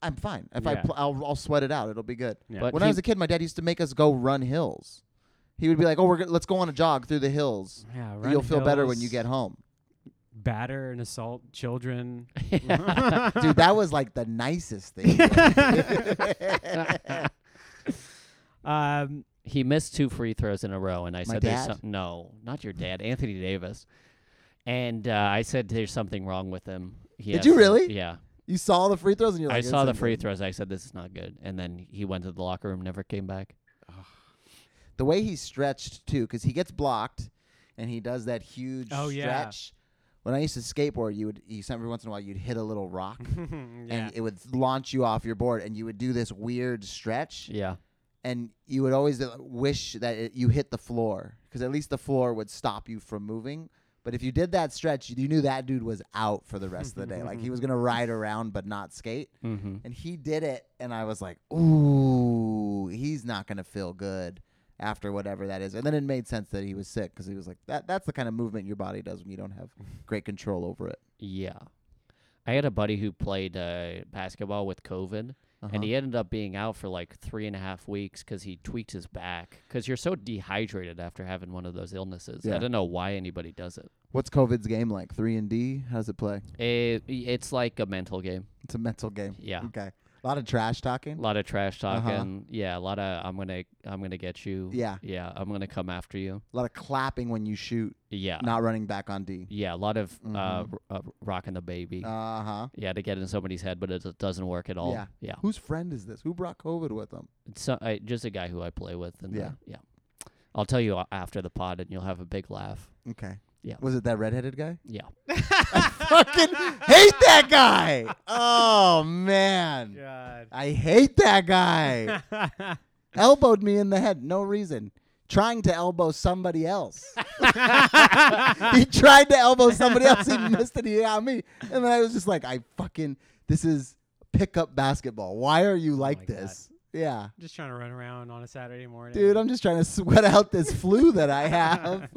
Speaker 2: "I'm fine. If I,
Speaker 1: Yeah.
Speaker 2: pl- I'll, I'll sweat it out. It'll be good."
Speaker 1: Yeah.
Speaker 3: But
Speaker 2: when I
Speaker 3: he-
Speaker 2: was a kid, my dad used to make us go run hills. He would be like, "Oh, we're go- let's go on a jog through the hills.
Speaker 1: yeah,
Speaker 2: You'll feel better when you get home."
Speaker 1: batter and assault children.
Speaker 2: Dude, that was like the nicest thing.
Speaker 1: Um,
Speaker 3: he missed two free throws in a row, and I
Speaker 2: My
Speaker 3: said, "There's
Speaker 2: dad?
Speaker 3: some- no, not your dad, Anthony Davis." And uh, I said, "There's something wrong with him." He
Speaker 2: Did
Speaker 3: has
Speaker 2: you
Speaker 3: some-
Speaker 2: really?
Speaker 3: Yeah,
Speaker 2: you saw the free throws, and you're like,
Speaker 3: I
Speaker 2: "This
Speaker 3: saw the
Speaker 2: isn't
Speaker 3: free
Speaker 2: good."
Speaker 3: throws. I said, "This is not good." And then he went to the locker room, never came back.
Speaker 2: The way he stretched too, because he gets blocked, and he does that huge
Speaker 1: Oh, yeah.
Speaker 2: stretch. When I used to skateboard, you would you, every once in a while you'd hit a little rock,
Speaker 1: yeah.
Speaker 2: and it would launch you off your board, and you would do this weird stretch,
Speaker 3: Yeah,
Speaker 2: and you would always uh, wish that it, you hit the floor, because at least the floor would stop you from moving. But if you did that stretch, you knew that dude was out for the rest of the day. Like he was gonna ride around but not skate.
Speaker 3: mm-hmm.
Speaker 2: And he did it, and I was like, "Ooh, he's not gonna feel good after whatever that is." And then it made sense that he was sick because he was like, "That that's the kind of movement your body does when you don't have great control over it."
Speaker 3: yeah. I had a buddy who played uh, basketball with COVID,
Speaker 2: Uh-huh.
Speaker 3: and he ended up being out for like three and a half weeks because he tweaked his back. Because you're so dehydrated after having one of those illnesses.
Speaker 2: Yeah.
Speaker 3: I don't know why anybody does it.
Speaker 2: What's COVID's game like? Three and D? How does it play?
Speaker 3: it it's like a mental game.
Speaker 2: It's a mental game.
Speaker 3: Yeah.
Speaker 2: Okay. A lot of trash
Speaker 3: A
Speaker 2: talking.
Speaker 3: lot of trash talk
Speaker 2: Mm-hmm. Uh-huh.
Speaker 3: and yeah, a lot of I'm gonna I'm gonna get you.
Speaker 2: Yeah.
Speaker 3: Yeah, I'm gonna come after you.
Speaker 2: A lot of clapping when you shoot,
Speaker 3: Yeah.
Speaker 2: not running back on D.
Speaker 3: Yeah, a lot of uh,
Speaker 2: Mhm.
Speaker 3: r- uh, rocking the baby.
Speaker 2: Uh huh.
Speaker 3: yeah, to get in somebody's head, but it d- doesn't work at all.
Speaker 2: Yeah.
Speaker 3: yeah.
Speaker 2: Whose friend is this? Who brought COVID with them?
Speaker 3: It's uh, I, just a guy who I play with. And
Speaker 2: Yeah.
Speaker 3: uh, yeah. I'll tell you a- after the pod, and you'll have a big laugh.
Speaker 2: Okay.
Speaker 3: Yeah.
Speaker 2: Was it that redheaded guy?
Speaker 3: Yeah.
Speaker 2: Fucking hate that guy. Oh man.
Speaker 1: God.
Speaker 2: I hate that guy. Elbowed me in the head, no reason. Trying to elbow somebody else. he tried to elbow somebody else. He missed it. He got me. And then I was just like, I fucking, this is pickup basketball. Why are you like
Speaker 1: my God.
Speaker 2: this? Yeah.
Speaker 1: just trying to run around on a Saturday morning.
Speaker 2: Dude, I'm just trying to sweat out this flu that I have.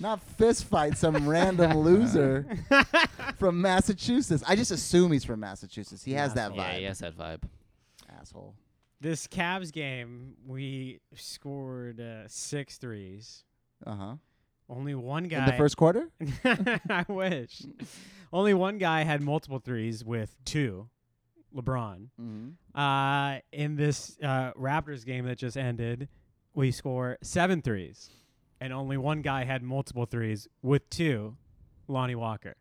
Speaker 2: Not fist fight some random loser from Massachusetts. I just assume he's from Massachusetts. He has that
Speaker 3: Yeah,
Speaker 2: vibe.
Speaker 3: yes, that vibe.
Speaker 2: Asshole.
Speaker 1: this Cavs game, we scored uh, six threes.
Speaker 2: Uh huh.
Speaker 1: Only one guy.
Speaker 2: In the first quarter?
Speaker 1: I wish. Only one guy had multiple threes with two, LeBron.
Speaker 2: Mm-hmm.
Speaker 1: Uh, in this uh, Raptors game that just ended, we score seven threes, and only one guy had multiple threes with two, Lonnie Walker.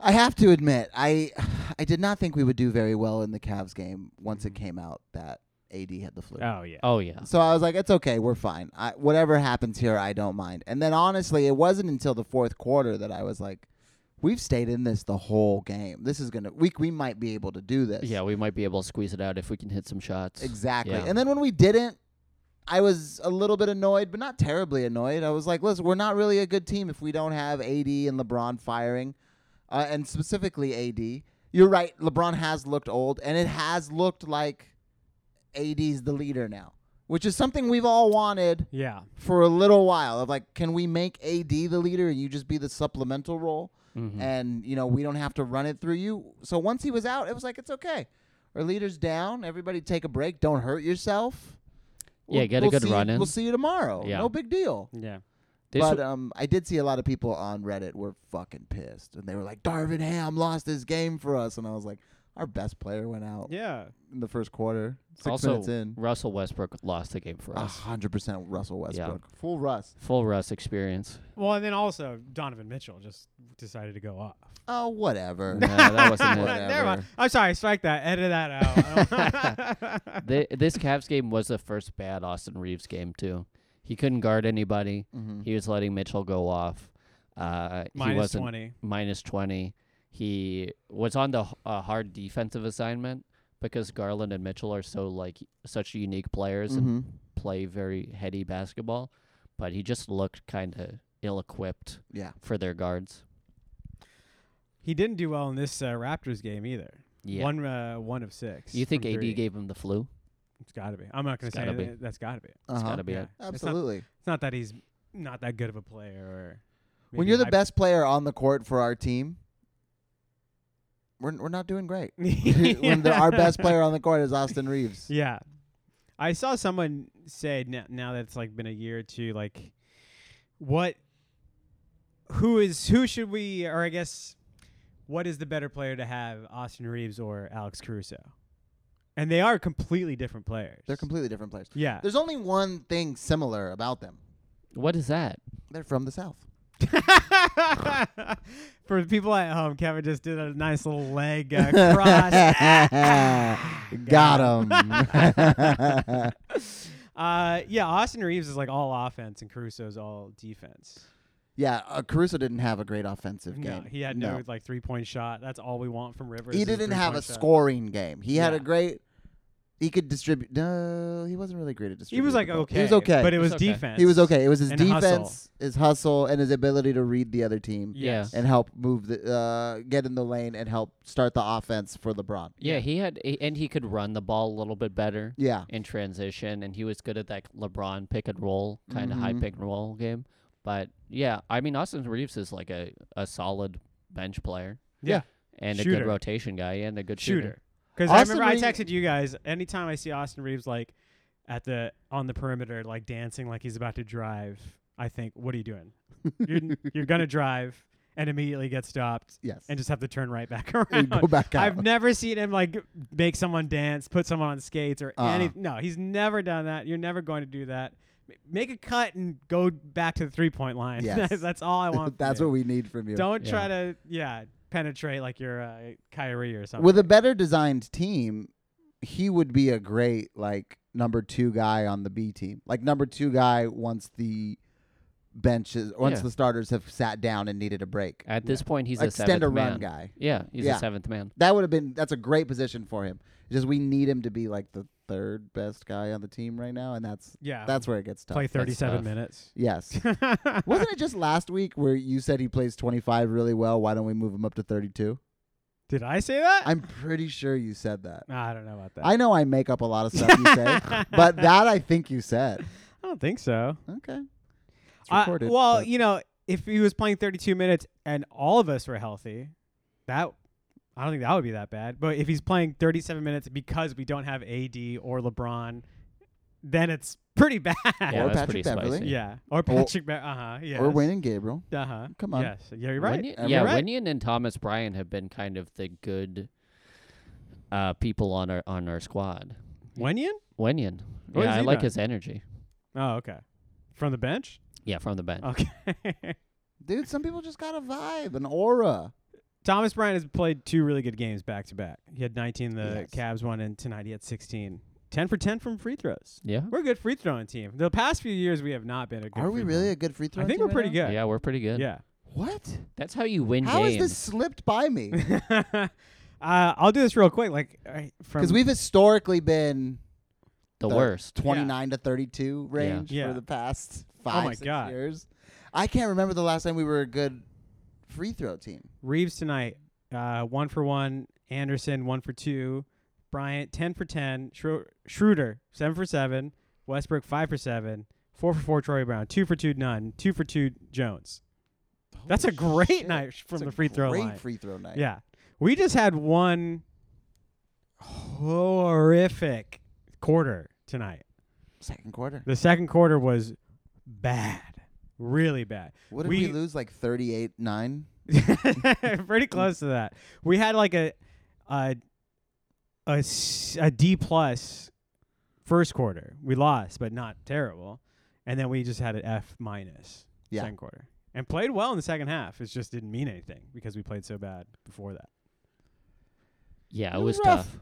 Speaker 2: I have to admit, I I did not think we would do very well in the Cavs game once it came out that AD had the flu.
Speaker 1: Oh yeah.
Speaker 3: Oh yeah.
Speaker 2: So I was like, it's okay, we're fine. I, whatever happens here, I don't mind. And then honestly, it wasn't until the fourth quarter that I was like, we've stayed in this the whole game. This is gonna we we might be able to do this.
Speaker 3: Yeah, we might be able to squeeze it out if we can hit some shots.
Speaker 2: Exactly.
Speaker 3: Yeah.
Speaker 2: And then when we didn't, I was a little bit annoyed, but not terribly annoyed. I was like, listen, we're not really a good team if we don't have AD and LeBron firing, uh, and specifically AD. You're right. LeBron has looked old, and it has looked like AD's the leader now, which is something we've all wanted
Speaker 1: Yeah.
Speaker 2: for a little while. Of like, can we make AD the leader and you just be the supplemental role?
Speaker 3: Mhm.
Speaker 2: and you know we don't have to run it through you. So once he was out, it was like it's okay. Our leader's down. Everybody take a break. Don't hurt yourself.
Speaker 3: Yeah, get a good
Speaker 2: see you-
Speaker 3: run in.
Speaker 2: We'll see you tomorrow.
Speaker 3: Yeah.
Speaker 2: No big deal.
Speaker 1: Yeah.
Speaker 3: This
Speaker 2: but
Speaker 3: w-
Speaker 2: um, I did see a lot of people on Reddit were fucking pissed, and they were like, "Darvin Ham lost this game for us," and I was like, "Our best player went out
Speaker 1: Yeah.
Speaker 2: in the first quarter, six
Speaker 3: also,
Speaker 2: minutes in,
Speaker 3: Russell Westbrook lost the game for
Speaker 2: a
Speaker 3: us.
Speaker 2: hundred percent Russell Westbrook, full Russ."
Speaker 3: Full Russ experience.
Speaker 1: Well, and then also Donovan Mitchell just decided to go off.
Speaker 2: Oh, whatever.
Speaker 3: No, that wasn't it.
Speaker 2: Whatever.
Speaker 1: Never mind. I'm sorry. Strike that. Edit that out. I don't-
Speaker 3: Th this Cavs game was the first bad Austin Reeves game too. He couldn't guard anybody.
Speaker 2: Mhm.
Speaker 3: He was letting Mitchell go off. Uh, he
Speaker 1: Minus
Speaker 3: wasn't
Speaker 1: twenty.
Speaker 3: minus twenty. He was on the h- a hard defensive assignment because Garland and Mitchell are so like such unique players and
Speaker 2: Mhm.
Speaker 3: play very heady basketball. But he just looked kind of ill-equipped
Speaker 2: Yeah.
Speaker 3: for their guards.
Speaker 1: He didn't do well in this uh, Raptors game either.
Speaker 3: Yeah.
Speaker 1: One uh, one of six.
Speaker 3: you think
Speaker 1: from
Speaker 3: AD
Speaker 1: three.
Speaker 3: gave him the flu?
Speaker 1: It's got to be. I'm not going
Speaker 3: It's
Speaker 1: to say
Speaker 3: gotta be.
Speaker 1: it. that's got to be. it.
Speaker 3: It's
Speaker 2: Uh-huh.
Speaker 3: got to be
Speaker 1: Yeah.
Speaker 3: it.
Speaker 1: It's not,
Speaker 2: Absolutely.
Speaker 1: it's not that he's not that good of a player. Or
Speaker 2: When
Speaker 1: maybe
Speaker 2: you're the
Speaker 1: hype-
Speaker 2: best player on the court for our team, we're we're not doing great. when the, our best player on the court is Austin Reeves.
Speaker 1: Yeah. I saw someone say now, now that it's like been a year or two, like what who is who should we or I guess what is the better player to have, Austin Reeves or Alex Caruso? And they are completely different players.
Speaker 2: They're completely different players.
Speaker 1: Yeah.
Speaker 2: There's only one thing similar about them.
Speaker 3: What is that?
Speaker 2: They're from the South.
Speaker 1: For the people at home, Kevin just did a nice little leg uh, cross.
Speaker 2: Got him.
Speaker 1: uh, yeah, Austin Reeves is like all offense and Caruso's all defense.
Speaker 2: yeah, uh, Caruso didn't have a great offensive
Speaker 1: No,
Speaker 2: game.
Speaker 1: he had no, like three point shot. That's all we want from Rivers.
Speaker 2: He
Speaker 1: is
Speaker 2: didn't have a
Speaker 1: three-point shot.
Speaker 2: scoring game. He had a
Speaker 1: Yeah.
Speaker 2: great. He could distribute. No, he wasn't really great at
Speaker 1: He
Speaker 2: distributing.
Speaker 1: was like
Speaker 2: the ball.
Speaker 1: okay.
Speaker 2: He was okay.
Speaker 1: but it
Speaker 3: It
Speaker 1: was
Speaker 3: was okay.
Speaker 1: defense.
Speaker 2: he was okay. It was his
Speaker 1: and hustle.
Speaker 2: defense, his hustle, and his ability to read the other team
Speaker 3: Yeah.
Speaker 1: Yes.
Speaker 2: and help move the uh, get in the lane and help start the offense for LeBron.
Speaker 3: Yeah,
Speaker 1: Yeah.
Speaker 3: he had, he- and he could run the ball a little bit better
Speaker 2: Yeah,
Speaker 3: in transition, and he was good at that LeBron pick and roll kind of high
Speaker 2: Mhm.
Speaker 3: pick and roll game. But yeah, I mean Austin Reeves is like a, a solid bench player.
Speaker 1: Yeah.
Speaker 3: and a
Speaker 1: Shooter.
Speaker 3: good rotation guy and a good shooter.
Speaker 1: shooter. Because I
Speaker 2: Austin
Speaker 1: remember I
Speaker 2: Reeves-
Speaker 1: texted you guys anytime I see Austin Reeves like at the on the perimeter like dancing like he's about to drive. I think, what are you doing? You're, you're gonna drive and immediately get stopped
Speaker 2: yes.
Speaker 1: and just have to turn right back
Speaker 2: And
Speaker 1: around.
Speaker 2: go back out.
Speaker 1: I've never seen him like make someone dance, put someone on skates, or
Speaker 2: Uh-uh.
Speaker 1: any. No, he's never done that. You're never going to do that. M- Make a cut and go back to the three point line.
Speaker 2: Yes.
Speaker 1: That's all I want. from
Speaker 2: That's
Speaker 1: you.
Speaker 2: what we need from you.
Speaker 1: Don't
Speaker 3: Yeah.
Speaker 1: try to yeah penetrate like you're uh, Kyrie or something.
Speaker 2: With a better designed team, he would be a great like number two guy on the B team. Like number two guy once the benches, once
Speaker 3: Yeah.
Speaker 2: the starters have sat down and needed a break.
Speaker 3: At this point, he's a
Speaker 2: Extend
Speaker 3: seventh
Speaker 2: a run
Speaker 3: man.
Speaker 2: guy.
Speaker 3: Yeah, he's
Speaker 2: Yeah.
Speaker 3: a seventh man.
Speaker 2: That would have been that's a great position for him. It's Just we need him to be like the third best guy on the team right now, and that's
Speaker 1: yeah,
Speaker 2: that's where it gets tough.
Speaker 1: play 37
Speaker 3: tough.
Speaker 1: minutes.
Speaker 2: Yes. Wasn't it just last week where you said he plays 25 really well? Why don't we move him up to 32?
Speaker 1: Did I say that?
Speaker 2: I'm pretty sure you said that.
Speaker 1: Nah, I don't know about that.
Speaker 2: I know I make up a lot of stuff you say, but that I think you said.
Speaker 1: I don't think so.
Speaker 2: Okay. It's
Speaker 1: I-
Speaker 2: recorded.
Speaker 1: well,
Speaker 2: but-
Speaker 1: you know, if he was playing 32 minutes and all of us were healthy, that I don't think that would be that bad. But if he's playing 37 minutes because we don't have AD or LeBron, then it's pretty bad.
Speaker 3: Yeah,
Speaker 2: Or
Speaker 3: that's
Speaker 2: Patrick
Speaker 3: pretty
Speaker 2: Beverley.
Speaker 3: spicy.
Speaker 1: Yeah. Or Patrick. Ba- uh huh. Yeah.
Speaker 2: Or Wayne and Gabriel.
Speaker 1: Uh huh.
Speaker 2: Come on.
Speaker 1: Yes. Yeah, you're right.
Speaker 3: Wenyan-
Speaker 2: Am I
Speaker 3: yeah,
Speaker 1: right?
Speaker 3: Wenyan and Thomas Bryan have been kind of the good uh, people on our on our squad.
Speaker 1: Wenyan?
Speaker 3: Wenyan.
Speaker 1: What
Speaker 3: yeah,
Speaker 1: has
Speaker 3: I
Speaker 1: he
Speaker 3: like
Speaker 1: done?
Speaker 3: his energy.
Speaker 1: Oh, okay. From the bench?
Speaker 3: Yeah, from the bench.
Speaker 1: Okay.
Speaker 2: Dude, some people just got a vibe, an aura.
Speaker 1: Thomas Bryant has played two really good games back to back. He had 19 the
Speaker 2: Yes.
Speaker 1: Cavs one, and tonight he had 16. 10 for 10 from free throws.
Speaker 3: Yeah.
Speaker 1: We're a good free throwing team. The past few years, we have not been a good.
Speaker 2: Are we
Speaker 1: free
Speaker 2: really
Speaker 1: throwing-
Speaker 2: a good free throw?
Speaker 1: I think
Speaker 2: team
Speaker 1: we're
Speaker 2: right
Speaker 1: pretty
Speaker 2: now?
Speaker 1: good.
Speaker 3: Yeah, we're pretty good.
Speaker 1: Yeah.
Speaker 2: What?
Speaker 3: That's how you win
Speaker 2: How has
Speaker 3: games.
Speaker 2: this slipped by me?
Speaker 1: uh, I'll do this real quick. Like, I- from
Speaker 2: Because we've historically been
Speaker 3: the
Speaker 2: the-
Speaker 3: worst.
Speaker 2: 29 to 32 range
Speaker 1: Yeah. Oh
Speaker 2: for the past five,
Speaker 1: my
Speaker 2: six
Speaker 1: God.
Speaker 2: years. I can't remember the last time we were a good free throw team.
Speaker 1: Reeves tonight, uh, one for one. Anderson, one for two. Bryant, 10 for 10. Schro- Schroeder, 7 for 7. Westbrook, 5 for 7. 4 for 4, Troy Brown. 2 for 2, none. 2 for 2, Jones. That's a
Speaker 2: Holy
Speaker 1: great
Speaker 2: shit.
Speaker 1: night from
Speaker 2: That's a
Speaker 1: the free throw
Speaker 2: great
Speaker 1: line.
Speaker 2: free throw night.
Speaker 1: Yeah. We just had one horrific quarter tonight.
Speaker 2: Second quarter.
Speaker 1: The second quarter was bad. Really bad.
Speaker 2: What did we,
Speaker 1: We-
Speaker 2: lose? Like 38 9?
Speaker 1: Pretty close to that. We had like a a a, s- a D plus first quarter. We lost, but not terrible. And then we just had an F minus
Speaker 2: Yeah.
Speaker 1: second quarter. And played well in the second half. It just didn't mean anything because we played so bad before that.
Speaker 3: Yeah,
Speaker 2: It
Speaker 3: it
Speaker 2: was
Speaker 3: was
Speaker 2: rough.
Speaker 3: tough.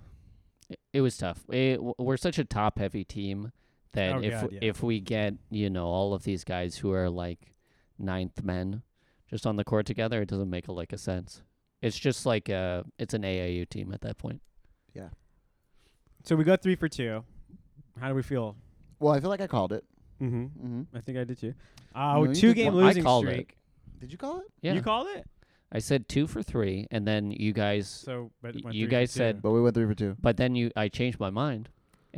Speaker 3: It, it was tough. It, w- we're such a top heavy team that
Speaker 1: Oh,
Speaker 3: if
Speaker 1: God, yeah.
Speaker 3: if we get you know all of these guys who are like ninth men just on the court together, it doesn't make a lick of sense. It's just like uh it's an AAU team at that point.
Speaker 1: So we got three for two. How do we feel?
Speaker 2: Well, I feel like I called it.
Speaker 1: Mm-hmm.
Speaker 2: hmm
Speaker 1: I think I did too. Uh,
Speaker 2: No, you
Speaker 1: two
Speaker 2: did
Speaker 1: game
Speaker 3: well. I
Speaker 1: losing
Speaker 3: called it.
Speaker 1: streak.
Speaker 2: Did you call it?
Speaker 3: Yeah,
Speaker 1: You called it.
Speaker 3: I said two for three, and then you guys,
Speaker 1: So, but it
Speaker 3: Y-
Speaker 1: went
Speaker 3: you
Speaker 1: three for
Speaker 3: guys
Speaker 1: two.
Speaker 3: said-
Speaker 2: But we went three for two.
Speaker 3: but then you I changed my mind,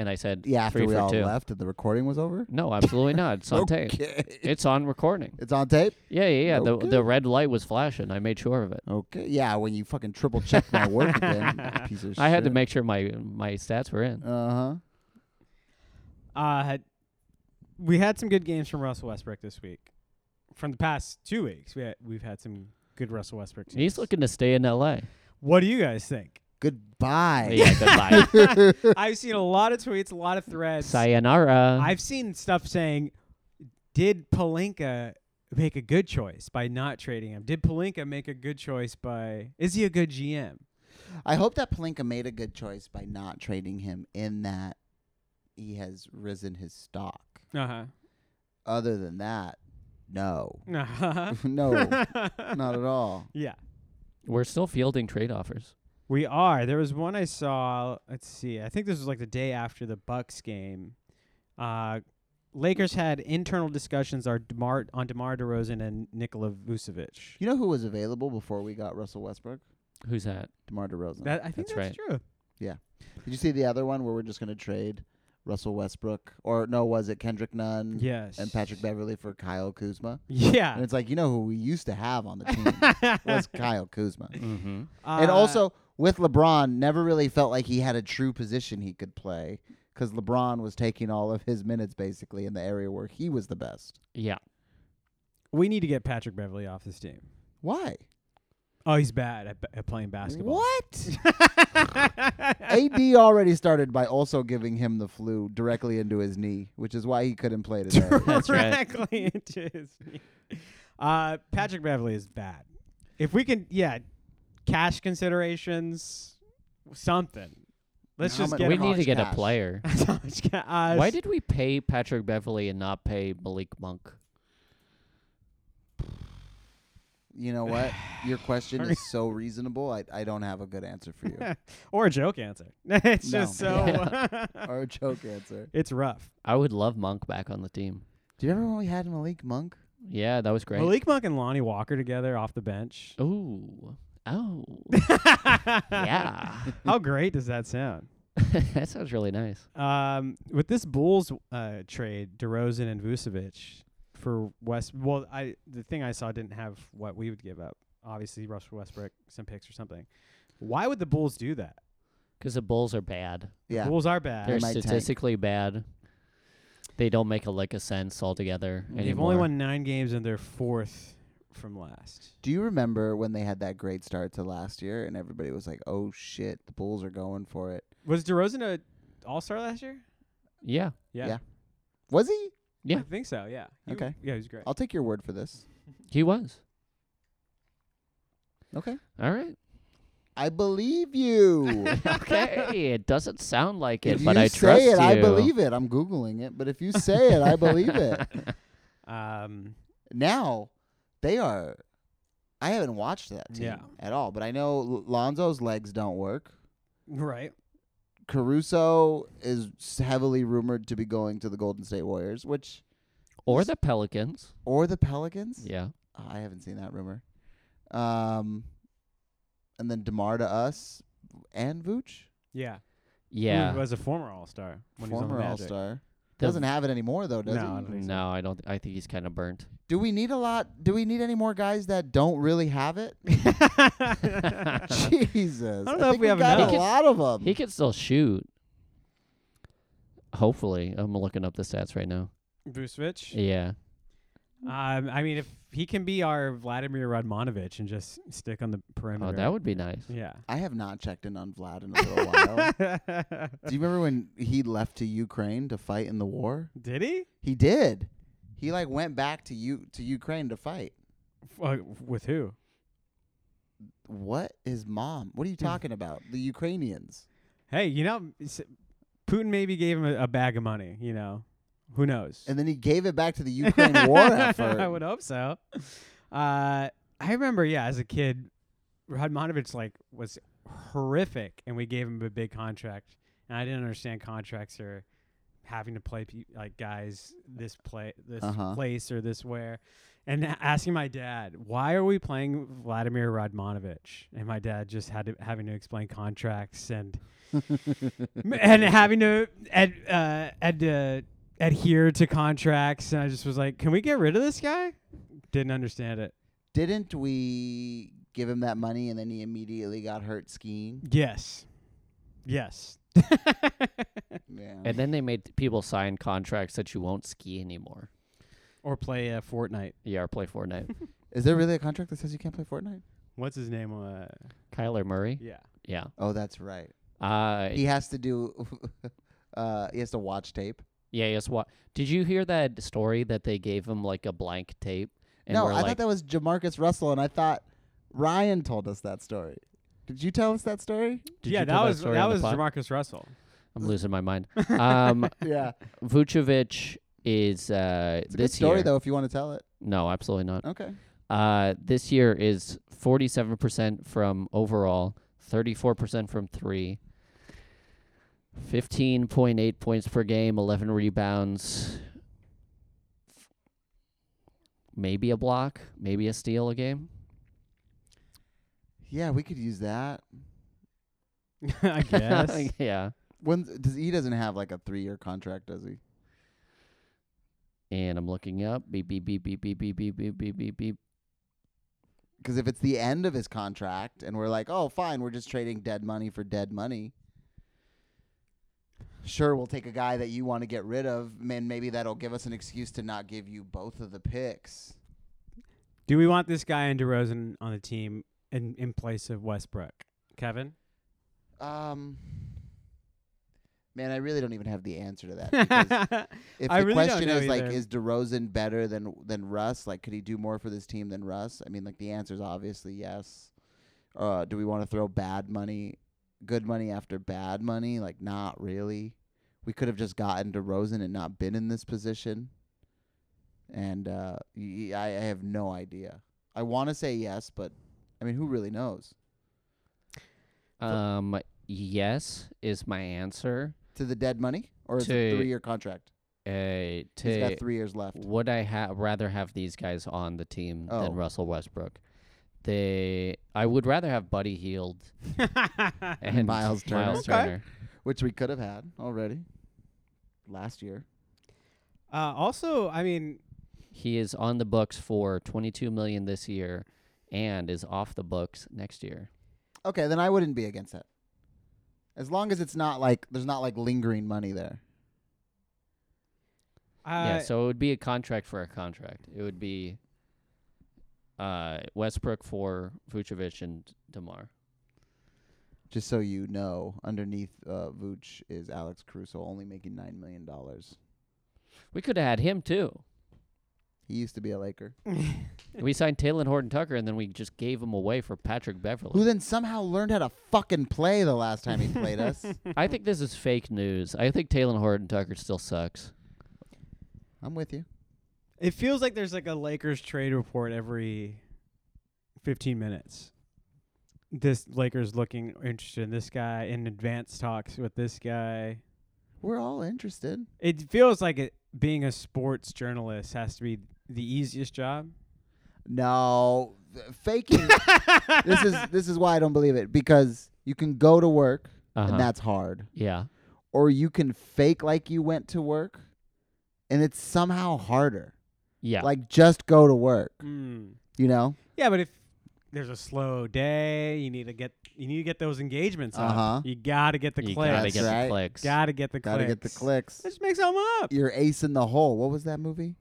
Speaker 3: And I said,
Speaker 2: Yeah, after
Speaker 3: three
Speaker 2: we
Speaker 3: for
Speaker 2: all
Speaker 3: two.
Speaker 2: left and the recording was over.
Speaker 3: No, absolutely not. It's on tape.
Speaker 2: Okay.
Speaker 3: It's on recording.
Speaker 2: It's on tape.
Speaker 3: Yeah, yeah, yeah. The,
Speaker 2: Okay.
Speaker 3: the red light was flashing. I made sure of it.
Speaker 2: Okay. Yeah, when you fucking triple check my work again, you piece of shit.
Speaker 3: I had to make sure my my stats were
Speaker 1: Oh,
Speaker 3: in.
Speaker 2: Uh huh.
Speaker 1: Uh, we had some good games from Russell Westbrook this week. From the past two weeks, we had, we've had some good Russell Westbrook. Teams.
Speaker 3: He's looking to stay in L.A.
Speaker 1: What do you guys think?
Speaker 2: Goodbye.
Speaker 3: Yeah, goodbye.
Speaker 1: I've seen a lot of tweets, a lot of threads.
Speaker 3: Sayonara.
Speaker 1: I've seen stuff saying, "Did Palinka make a good choice by not trading him? Did Palinka make a good choice by? Is he a good GM?
Speaker 2: I hope that Palinka made a good choice by not trading him in that he has risen his stock. Uh-huh.
Speaker 1: Uh
Speaker 2: Other than that, no.
Speaker 1: huh. Uh
Speaker 2: no,
Speaker 1: huh.
Speaker 2: not at all.
Speaker 1: Yeah,
Speaker 3: We're still fielding trade offers.
Speaker 1: we are. There was one I saw. Let's see. I think this was like the day after the Bucks game. Uh, Lakers had internal discussions are Demar on Demar Derozan and Nikola Vucevic.
Speaker 2: You know who was available before we got Russell Westbrook?
Speaker 3: Who's that?
Speaker 2: DeMar DeRozan.
Speaker 1: That, I think
Speaker 3: That's
Speaker 1: that's, true.
Speaker 3: right.
Speaker 2: Did you see the other one where we're just going to trade Russell Westbrook? Or no, was it Kendrick Nunn
Speaker 1: Yes.
Speaker 2: Mm. and Patrick Beverly for Kyle Kuzma? And
Speaker 1: Yeah.
Speaker 2: it's like, you know who we used to have on the team was Kyle Kuzma.
Speaker 3: Mm-hmm.
Speaker 2: and
Speaker 1: Uh,
Speaker 2: also with LeBron, never really felt like he had a true position he could play because LeBron was taking all of his minutes basically in the area where he was the best.
Speaker 3: Yeah.
Speaker 1: we need to get Patrick Beverly off this team.
Speaker 2: Why?
Speaker 1: Oh, he's bad at, at playing basketball.
Speaker 2: What? AD already started by also giving him the flu directly into his knee, which is why he couldn't play today.
Speaker 3: That's right.
Speaker 1: Directly into his knee. Uh, Patrick Beverly is bad. If we can, yeah, cash considerations, something. Let's
Speaker 2: How
Speaker 1: just
Speaker 2: mu-
Speaker 1: get
Speaker 3: we
Speaker 1: him
Speaker 3: need to
Speaker 2: college
Speaker 3: get
Speaker 2: cash.
Speaker 3: a player.
Speaker 1: off- how much ca- uh,
Speaker 3: Why did we pay Patrick Beverly and not pay Malik Monk?
Speaker 2: you know what? Your question is so reasonable. I, I don't have a good answer for you
Speaker 1: or a joke answer? it's
Speaker 2: No.
Speaker 1: just so.
Speaker 2: or a joke answer.
Speaker 1: it's rough.
Speaker 3: I would love Monk back on the team.
Speaker 2: Do you remember when we had Malik Monk?
Speaker 3: Yeah, that was great.
Speaker 1: Malik Monk and Lonnie Walker together off the bench.
Speaker 3: Ooh. Oh. yeah.
Speaker 1: How great does that sound?
Speaker 3: that sounds really nice.
Speaker 1: Um, with this Bulls uh, trade, DeRozan and Vucevic for West. Well, I the thing I saw didn't have what we would give up. Obviously, Russell Westbrook, some picks or something. Why would the Bulls do that?
Speaker 3: Because the Bulls are bad.
Speaker 2: Yeah.
Speaker 1: Bulls are bad.
Speaker 3: They're
Speaker 2: might tank.
Speaker 3: statistically bad. They don't make a lick of sense altogether
Speaker 2: They've
Speaker 1: They've
Speaker 3: anymore.
Speaker 1: only won nine games and they're fourth from last.
Speaker 2: Do you remember when they had that great start to last year and everybody was like, "Oh shit, the Bulls are going for it."
Speaker 1: Was DeRozan a All Star last year?
Speaker 3: Yeah.
Speaker 2: Yeah. Was he?
Speaker 3: Yeah.
Speaker 1: I think so. Yeah. He w-
Speaker 2: Okay.
Speaker 1: yeah, he was great.
Speaker 2: I'll take your word for this.
Speaker 3: He was.
Speaker 2: Okay.
Speaker 3: All right.
Speaker 2: I believe you.
Speaker 3: okay. It doesn't sound like it,
Speaker 2: if
Speaker 3: but
Speaker 2: you
Speaker 3: I
Speaker 2: say
Speaker 3: trust
Speaker 2: it,
Speaker 3: you.
Speaker 2: I believe it. I'm googling it, but if you say it, I believe it.
Speaker 1: Um,
Speaker 2: Now, they are. I haven't watched that team
Speaker 1: Yeah.
Speaker 2: at all, but I know L- Lonzo's legs don't work.
Speaker 1: right.
Speaker 2: Caruso is s- heavily rumored to be going to the Golden State Warriors, which
Speaker 3: Or the Pelicans.
Speaker 2: or the Pelicans.
Speaker 3: Yeah.
Speaker 2: Oh, I haven't seen that rumor. Um, and then Demar to us and Vooch,
Speaker 1: Yeah.
Speaker 3: Yeah.
Speaker 1: He was a former All Star when he was on
Speaker 2: former
Speaker 1: the
Speaker 2: All
Speaker 1: Magic.
Speaker 2: Star,
Speaker 3: The-
Speaker 2: doesn't have it anymore though, does
Speaker 1: No,
Speaker 2: he?
Speaker 1: I don't think so.
Speaker 3: No, I don't. I think he's kind of burnt.
Speaker 2: Do we need a lot? Do we need any more guys that don't really have it? Jesus,
Speaker 1: I don't know if
Speaker 2: think
Speaker 1: we have
Speaker 2: got
Speaker 1: enough.
Speaker 2: a lot of them.
Speaker 3: He can still shoot. Hopefully, I'm looking up the stats right now.
Speaker 1: Vucevic.
Speaker 3: Yeah.
Speaker 1: Um, I mean, if he can be our Vladimir Radmanovich and just stick on the perimeter,
Speaker 3: Oh, that would be nice.
Speaker 1: yeah.
Speaker 2: I have not checked in on Vlad in a little while. Do you remember when he left to Ukraine to fight in the war?
Speaker 1: Did he
Speaker 2: He did. He like went back to you to Ukraine to fight.
Speaker 1: F- uh, with who?
Speaker 2: What? His mom? What are you
Speaker 1: Hmm.
Speaker 2: talking about? The Ukrainians?
Speaker 1: Hey, you know, s- Putin maybe gave him a, a bag of money. You know, who knows?
Speaker 2: And then he gave it back to the Ukraine war
Speaker 1: I
Speaker 2: effort.
Speaker 1: would hope so. Uh, I remember, yeah, as a kid, Radmanovich like was horrific, and we gave him a big contract, and I didn't understand contracts or having to play pe- like guys this play this
Speaker 2: Uh-huh.
Speaker 1: place or this where. And a- asking my dad, why are we playing Vladimir Rodmanovich? And my dad just had to having to explain contracts and and having to ad, uh, ad, uh, adhere to contracts. And I just was like, can we get rid of this guy? Didn't understand it.
Speaker 2: Didn't we give him that money and then he immediately got hurt skiing?
Speaker 1: Yes. Yes.
Speaker 2: Yeah.
Speaker 3: And then they made people sign contracts that you won't ski anymore.
Speaker 1: or play uh, Fortnite.
Speaker 3: Yeah, or play Fortnite.
Speaker 2: Is there really a contract that says you can't play Fortnite?
Speaker 1: What's his name? Uh,
Speaker 3: Kyler Murray.
Speaker 1: yeah.
Speaker 3: Yeah.
Speaker 2: Oh, that's right.
Speaker 3: Uh,
Speaker 2: He has to do. uh, he has to watch tape.
Speaker 3: yeah. Yes. What? Did you hear that story that they gave him like a blank tape? And
Speaker 2: no,
Speaker 3: were
Speaker 2: I
Speaker 3: like,
Speaker 2: thought that was Jamarcus Russell, and I thought Ryan told us that story. Did you tell us that story?
Speaker 3: Did
Speaker 1: yeah,
Speaker 3: you
Speaker 1: that
Speaker 3: tell
Speaker 1: was
Speaker 3: story
Speaker 1: that
Speaker 3: on the
Speaker 1: was
Speaker 3: pod?
Speaker 1: Jamarcus Russell.
Speaker 3: I'm losing my mind. Um,
Speaker 2: Yeah,
Speaker 3: Vucevic is uh,
Speaker 2: it's a
Speaker 3: this
Speaker 2: good story
Speaker 3: year.
Speaker 2: though. If you want to tell it,
Speaker 3: No, absolutely not.
Speaker 2: okay.
Speaker 3: Uh, this year is 47% from overall, 34% from three, 15.8 points per game, 11 rebounds, maybe a block, maybe a steal a game.
Speaker 2: Yeah, we could use that.
Speaker 1: I guess.
Speaker 3: yeah.
Speaker 2: When does he doesn't have like a three-year contract, does he?
Speaker 3: And I'm looking up. Beep, beep, beep, beep, beep, beep, beep, beep, beep, beep, beep.
Speaker 2: Because if it's the end of his contract, and we're like, oh, fine, we're just trading dead money for dead money. Sure, we'll take a guy that you want to get rid of, and maybe that'll give us an excuse to not give you both of the picks.
Speaker 1: Do we want this guy and DeRozan on the team in, in place of Westbrook? Kevin?
Speaker 2: Um, man, I really don't even have the answer to that. because
Speaker 1: I
Speaker 2: if
Speaker 1: I
Speaker 2: the
Speaker 1: really don't
Speaker 2: question
Speaker 1: know
Speaker 2: is like,
Speaker 1: either.
Speaker 2: is DeRozan better than than Russ? Like, could he do more for this team than Russ? I mean, like the answer is obviously yes. Uh, do we want to throw bad money, good money after bad money? Like, not really. We could have just gotten DeRozan and not been in this position. And uh, y- y- I, I have no idea. I want to say yes, but I mean, who really knows?
Speaker 3: Um, yes is my answer.
Speaker 2: To the dead money or is it
Speaker 3: To-
Speaker 2: three year contract?
Speaker 3: Uh, to
Speaker 2: He's got three years left.
Speaker 3: Would I ha- rather have these guys on the team
Speaker 2: Oh.
Speaker 3: than Russell Westbrook? They, I would rather have Buddy Heald and
Speaker 2: Miles Turner.
Speaker 3: Miles
Speaker 2: Okay.
Speaker 3: Turner.
Speaker 2: which we could have had already last year.
Speaker 1: uh, also, I mean,
Speaker 3: He is on the books for 22 million this year, and is off the books next year.
Speaker 2: Okay, then I wouldn't be against that. As long as it's not like there's not like lingering money there.
Speaker 1: uh,
Speaker 3: yeah, so it would be a contract for a contract. It would be uh, Westbrook for Vucevic and Demar.
Speaker 2: Just so you know, underneath uh, Vooch is Alex Caruso, only making nine million dollars.
Speaker 3: We could have had him too.
Speaker 2: He used to be a Laker,
Speaker 3: we signed Taylor Horton Tucker, and then we just gave him away for Patrick
Speaker 2: who
Speaker 3: Beverly.
Speaker 2: then somehow learned how to fucking play the last time he played us.
Speaker 3: I think this is fake news. I think Taylor Horton Tucker still sucks.
Speaker 2: I'm with you.
Speaker 1: it feels like there's like a Lakers trade report every 15 minutes. This Lakers looking interested in this guy in advanced talks with this guy.
Speaker 2: We're all interested.
Speaker 1: It feels like it, being a sports journalist has to be the easiest job.
Speaker 2: No, th- faking. this is this is why I don't believe it because you can go to work
Speaker 3: Uh-huh.
Speaker 2: and that's hard.
Speaker 3: yeah.
Speaker 2: or you can fake like you went to work and it's somehow harder.
Speaker 3: Yeah.
Speaker 2: Like just go to work,
Speaker 1: Mm.
Speaker 2: you know?
Speaker 1: Yeah, but if there's a slow day, you need to get you need to get those engagements
Speaker 2: Uh-huh.
Speaker 1: up. You got to get the
Speaker 3: you gotta
Speaker 1: clicks.
Speaker 3: get
Speaker 2: That's right.
Speaker 3: the clicks.
Speaker 1: Got to get the
Speaker 2: Got to
Speaker 1: clicks.
Speaker 2: get the clicks.
Speaker 1: Let's make some up.
Speaker 2: You're ace in the hole. What was that movie?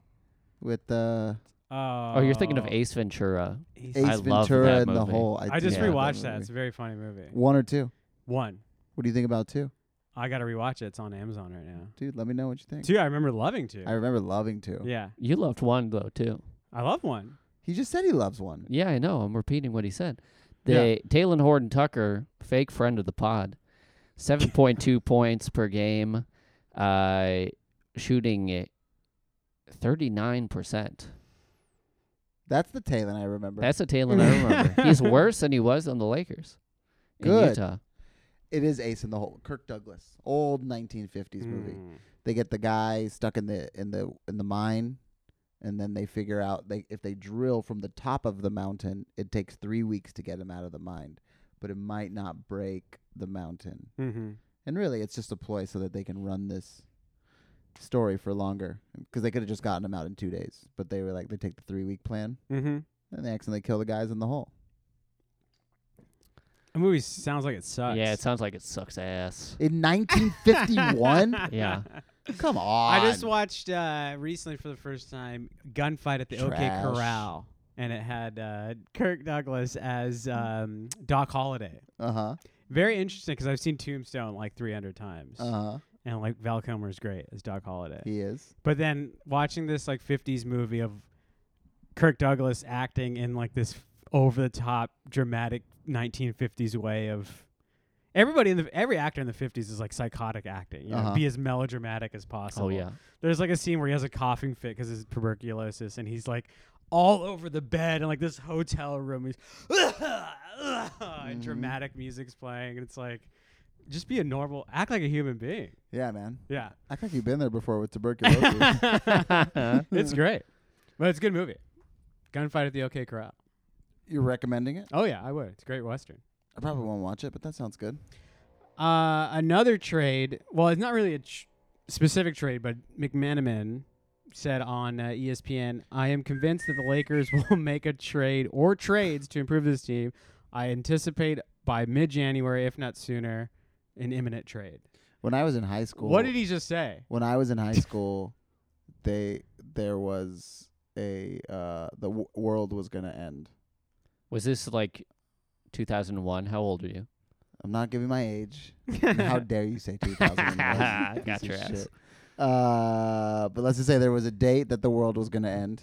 Speaker 2: With the
Speaker 1: Oh,
Speaker 3: oh, you're thinking of Ace Ventura.
Speaker 1: Ace.
Speaker 2: Ace
Speaker 3: I love
Speaker 2: Ventura
Speaker 3: that
Speaker 2: in the
Speaker 3: movie.
Speaker 2: hole.
Speaker 1: I
Speaker 2: do
Speaker 1: just
Speaker 3: yeah.
Speaker 2: love
Speaker 1: rewatched that. It's
Speaker 2: movie.
Speaker 1: a very funny movie.
Speaker 2: One or two.
Speaker 1: One.
Speaker 2: What do you think about two?
Speaker 1: I got to rewatch it. It's on Amazon right now.
Speaker 2: Dude, let me know what you think.
Speaker 1: Two, I remember loving two.
Speaker 2: I remember loving two.
Speaker 1: yeah,
Speaker 3: You loved one though too.
Speaker 1: I love one.
Speaker 2: He just said he loves one.
Speaker 3: Yeah, I know. I'm repeating what he said.
Speaker 1: Yeah.
Speaker 3: They Taylor Horton Tucker, fake friend of the pod, seven point two points per game, uh, shooting thirty nine percent.
Speaker 2: That's the Talon I remember.
Speaker 3: That's a Taylor I remember. He's worse than he was on the Lakers. In
Speaker 2: Good.
Speaker 3: Utah.
Speaker 2: it is Ace in the Hole. Kirk Douglas, old 1950s movie. they get the guy stuck in the in the in the mine and then they figure out they if they drill from the top of the mountain it takes 3 weeks to get him out of the mine but it might not break the mountain.
Speaker 1: Mm-hmm.
Speaker 2: And really, it's just a ploy so that they can run this story for longer because they could have just gotten him out in two days, but they were like they take the three week plan
Speaker 1: Mm-hmm.
Speaker 2: and they accidentally kill the guys in the hole.
Speaker 1: The movie sounds like it sucks.
Speaker 3: Yeah, it sounds like it sucks ass.
Speaker 2: In 1951?
Speaker 3: Yeah.
Speaker 2: Come on.
Speaker 1: I just watched uh, recently for the first time Gunfight at the OK
Speaker 2: Trash.
Speaker 1: Corral, and it had uh, Kirk Douglas as um, Doc Holliday.
Speaker 2: Uh huh.
Speaker 1: Very interesting because I've seen Tombstone like 300 times,
Speaker 2: Uh huh.
Speaker 1: and like Val Kilmer's great as Doc Holliday.
Speaker 2: He is.
Speaker 1: But then watching this like 50s movie of Kirk Douglas acting in like this over the top dramatic 1950s way of everybody in the every actor in the 50s is like psychotic acting, you know,
Speaker 2: Uh-huh.
Speaker 1: be as melodramatic as possible.
Speaker 3: Oh yeah.
Speaker 1: There's like a scene where he has a coughing fit because his tuberculosis, and he's like all over the bed and like this hotel room. He's and dramatic music's playing, and it's like just be a normal, act like a human being.
Speaker 2: Yeah, man.
Speaker 1: Yeah,
Speaker 2: I think you've been there before with tuberculosis.
Speaker 1: it's great, but it's a good movie. Gunfight at the OK Corral.
Speaker 2: You're recommending it?
Speaker 1: Oh yeah, I would. It's a great western.
Speaker 2: I probably won't watch it, but that sounds good.
Speaker 1: Uh, another trade. Well, it's not really a tr- specific trade, but McManaman said on uh, ESPN, "I am convinced that the Lakers will make a trade or trades to improve this team. I anticipate by mid-January, if not sooner, an imminent trade."
Speaker 2: When I was in high school,
Speaker 1: What did he just say?
Speaker 2: when I was in high school, they there was a uh the w- world was gonna end.
Speaker 3: Was this like 2001? How old are you?
Speaker 2: I'm not giving my age. And How dare you say 2001? Piece
Speaker 3: Got
Speaker 2: of
Speaker 3: your ass.
Speaker 2: shit. Uh, but let's just say there was a date that the world was going to end,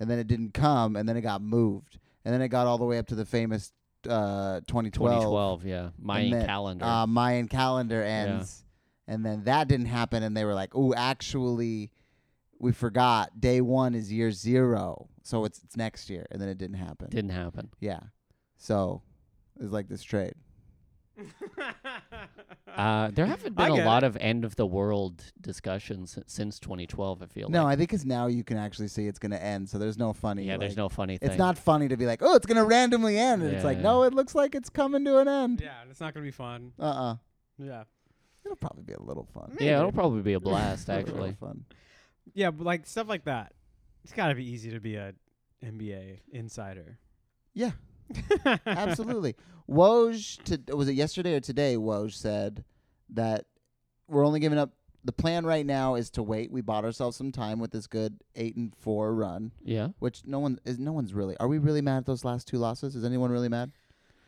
Speaker 2: and then it didn't come, and then it got moved, and then it got all the way up to the famous uh, 2012
Speaker 3: 2012. Yeah, Mayan
Speaker 2: And then,
Speaker 3: calendar.
Speaker 2: uh, Mayan calendar ends, and then that didn't happen, and they were like, "Ooh, actually, we forgot. Day one is year zero, so it's it's next year," and then it didn't happen.
Speaker 3: Didn't happen.
Speaker 2: yeah, so it's like this trade.
Speaker 3: Uh, there haven't
Speaker 1: I
Speaker 3: been a
Speaker 1: get
Speaker 3: lot of end of the world discussions s- since 2012. I feel
Speaker 2: No,
Speaker 3: like.
Speaker 2: I think it's now you can actually see it's going to end. So there's no funny.
Speaker 3: yeah, there's
Speaker 2: like-
Speaker 3: no funny thing.
Speaker 2: It's not funny to be like, oh, it's going to randomly end. And it's like,
Speaker 3: Yeah.
Speaker 2: no, it looks like it's coming to an end.
Speaker 1: yeah, it's not gonna be fun.
Speaker 2: Uh uh-uh. uh.
Speaker 1: Yeah,
Speaker 2: it will probably be a little fun.
Speaker 3: Yeah, it'll probably be a blast
Speaker 2: It'll be a little
Speaker 3: actually.
Speaker 2: fun.
Speaker 1: yeah, but like stuff like that. It's gotta be easy to be a NBA insider.
Speaker 2: Yeah, absolutely. Woj, to, was it yesterday or today? Woj said that we're only giving up. The plan right now is to wait. We bought ourselves some time with this good eight and four run,
Speaker 3: Yeah.
Speaker 2: which no one is. No one's really. Are we really mad at those last two losses? Is anyone really mad?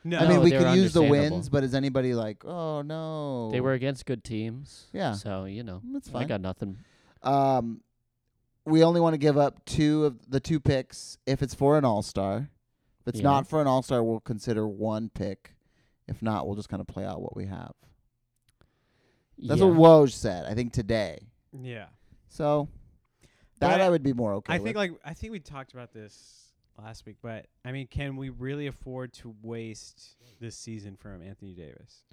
Speaker 1: No,
Speaker 2: I mean, we
Speaker 3: they're
Speaker 2: could use the
Speaker 3: understandable.
Speaker 2: wins, but is anybody like, oh no?
Speaker 3: They were against good teams.
Speaker 2: Yeah.
Speaker 3: So you know,
Speaker 2: That's
Speaker 3: I
Speaker 2: fine.
Speaker 3: got nothing.
Speaker 2: Um, we only want to give up two of the two picks if it's for an all star. If it's
Speaker 3: Yeah.
Speaker 2: not for an all star, we'll consider one pick. If not, we'll just kind of play out what we have. That's
Speaker 3: yeah.
Speaker 2: what Woj said, I think today.
Speaker 1: yeah.
Speaker 2: So that
Speaker 1: But
Speaker 2: I would be more okay.
Speaker 1: I
Speaker 2: with.
Speaker 1: think like I think we talked about this last week, but I mean, can we really afford to waste this season from Anthony Davis?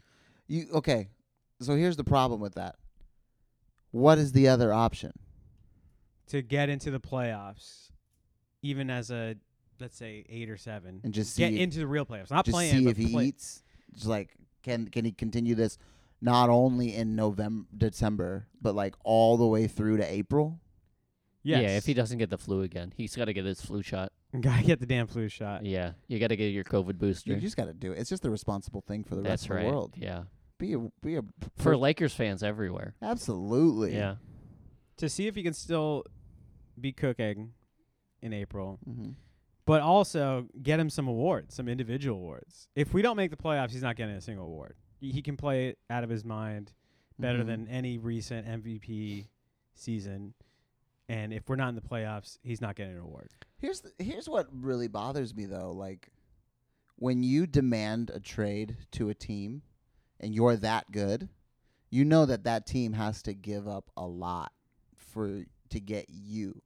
Speaker 2: you okay. So here's the problem with that. What is the other option?
Speaker 1: To get into the playoffs, even as a let's say eight or seven.
Speaker 2: And just see
Speaker 1: Get
Speaker 2: if-
Speaker 1: into the real playoffs. Not
Speaker 2: just
Speaker 1: playing.
Speaker 2: see
Speaker 1: but
Speaker 2: if he
Speaker 1: play-
Speaker 2: eats. Just like can can he continue this not only in November December, but like all the way through to April?
Speaker 1: Yes.
Speaker 3: Yeah. If he doesn't get the flu again, he's got to get his flu shot.
Speaker 1: gotta get the damn flu shot.
Speaker 3: Yeah. You got to get your COVID booster.
Speaker 2: You just got to do it. It's just the responsible thing for the rest
Speaker 3: That's
Speaker 2: of
Speaker 3: right.
Speaker 2: the world.
Speaker 3: Yeah.
Speaker 2: Be a be a
Speaker 3: For
Speaker 2: per-
Speaker 3: Lakers fans everywhere.
Speaker 2: absolutely.
Speaker 3: Yeah.
Speaker 1: To see if he can still be cooking in April.
Speaker 2: hmm
Speaker 1: but also get him some awards, some individual awards. If we don't make the playoffs, he's not getting a single award. He he can play out of his mind better
Speaker 2: Mhm.
Speaker 1: than any recent MVP season. And if we're not in the playoffs, he's not getting an award.
Speaker 2: Here's the, here's what really bothers me though. Like when you demand a trade to a team, and you're that good, you know that that team has to give up a lot for to get you.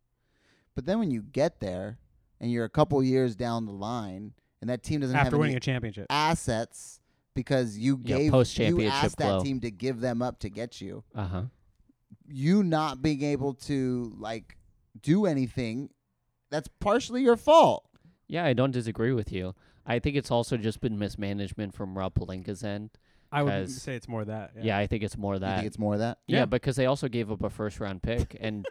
Speaker 2: But then when you get there, and you're a couple years down the line, and that team doesn't
Speaker 1: After
Speaker 2: have
Speaker 1: winning
Speaker 2: any
Speaker 1: a championship.
Speaker 2: assets because you
Speaker 3: Yeah,
Speaker 2: gave you
Speaker 3: post-championship
Speaker 2: asked that
Speaker 3: glow.
Speaker 2: team to give them up to get you.
Speaker 3: Uh huh.
Speaker 2: you not being able to like do anything that's partially your fault
Speaker 3: Yeah, I don't disagree with you. I think it's also just been mismanagement from Rob Palinka's end.
Speaker 1: I would
Speaker 3: Because-
Speaker 1: say it's more that.
Speaker 3: Yeah, I think it's more
Speaker 2: You
Speaker 3: that.
Speaker 2: think it's more of that?
Speaker 3: yeah.
Speaker 1: Yeah.
Speaker 3: because they also gave up a first round pick and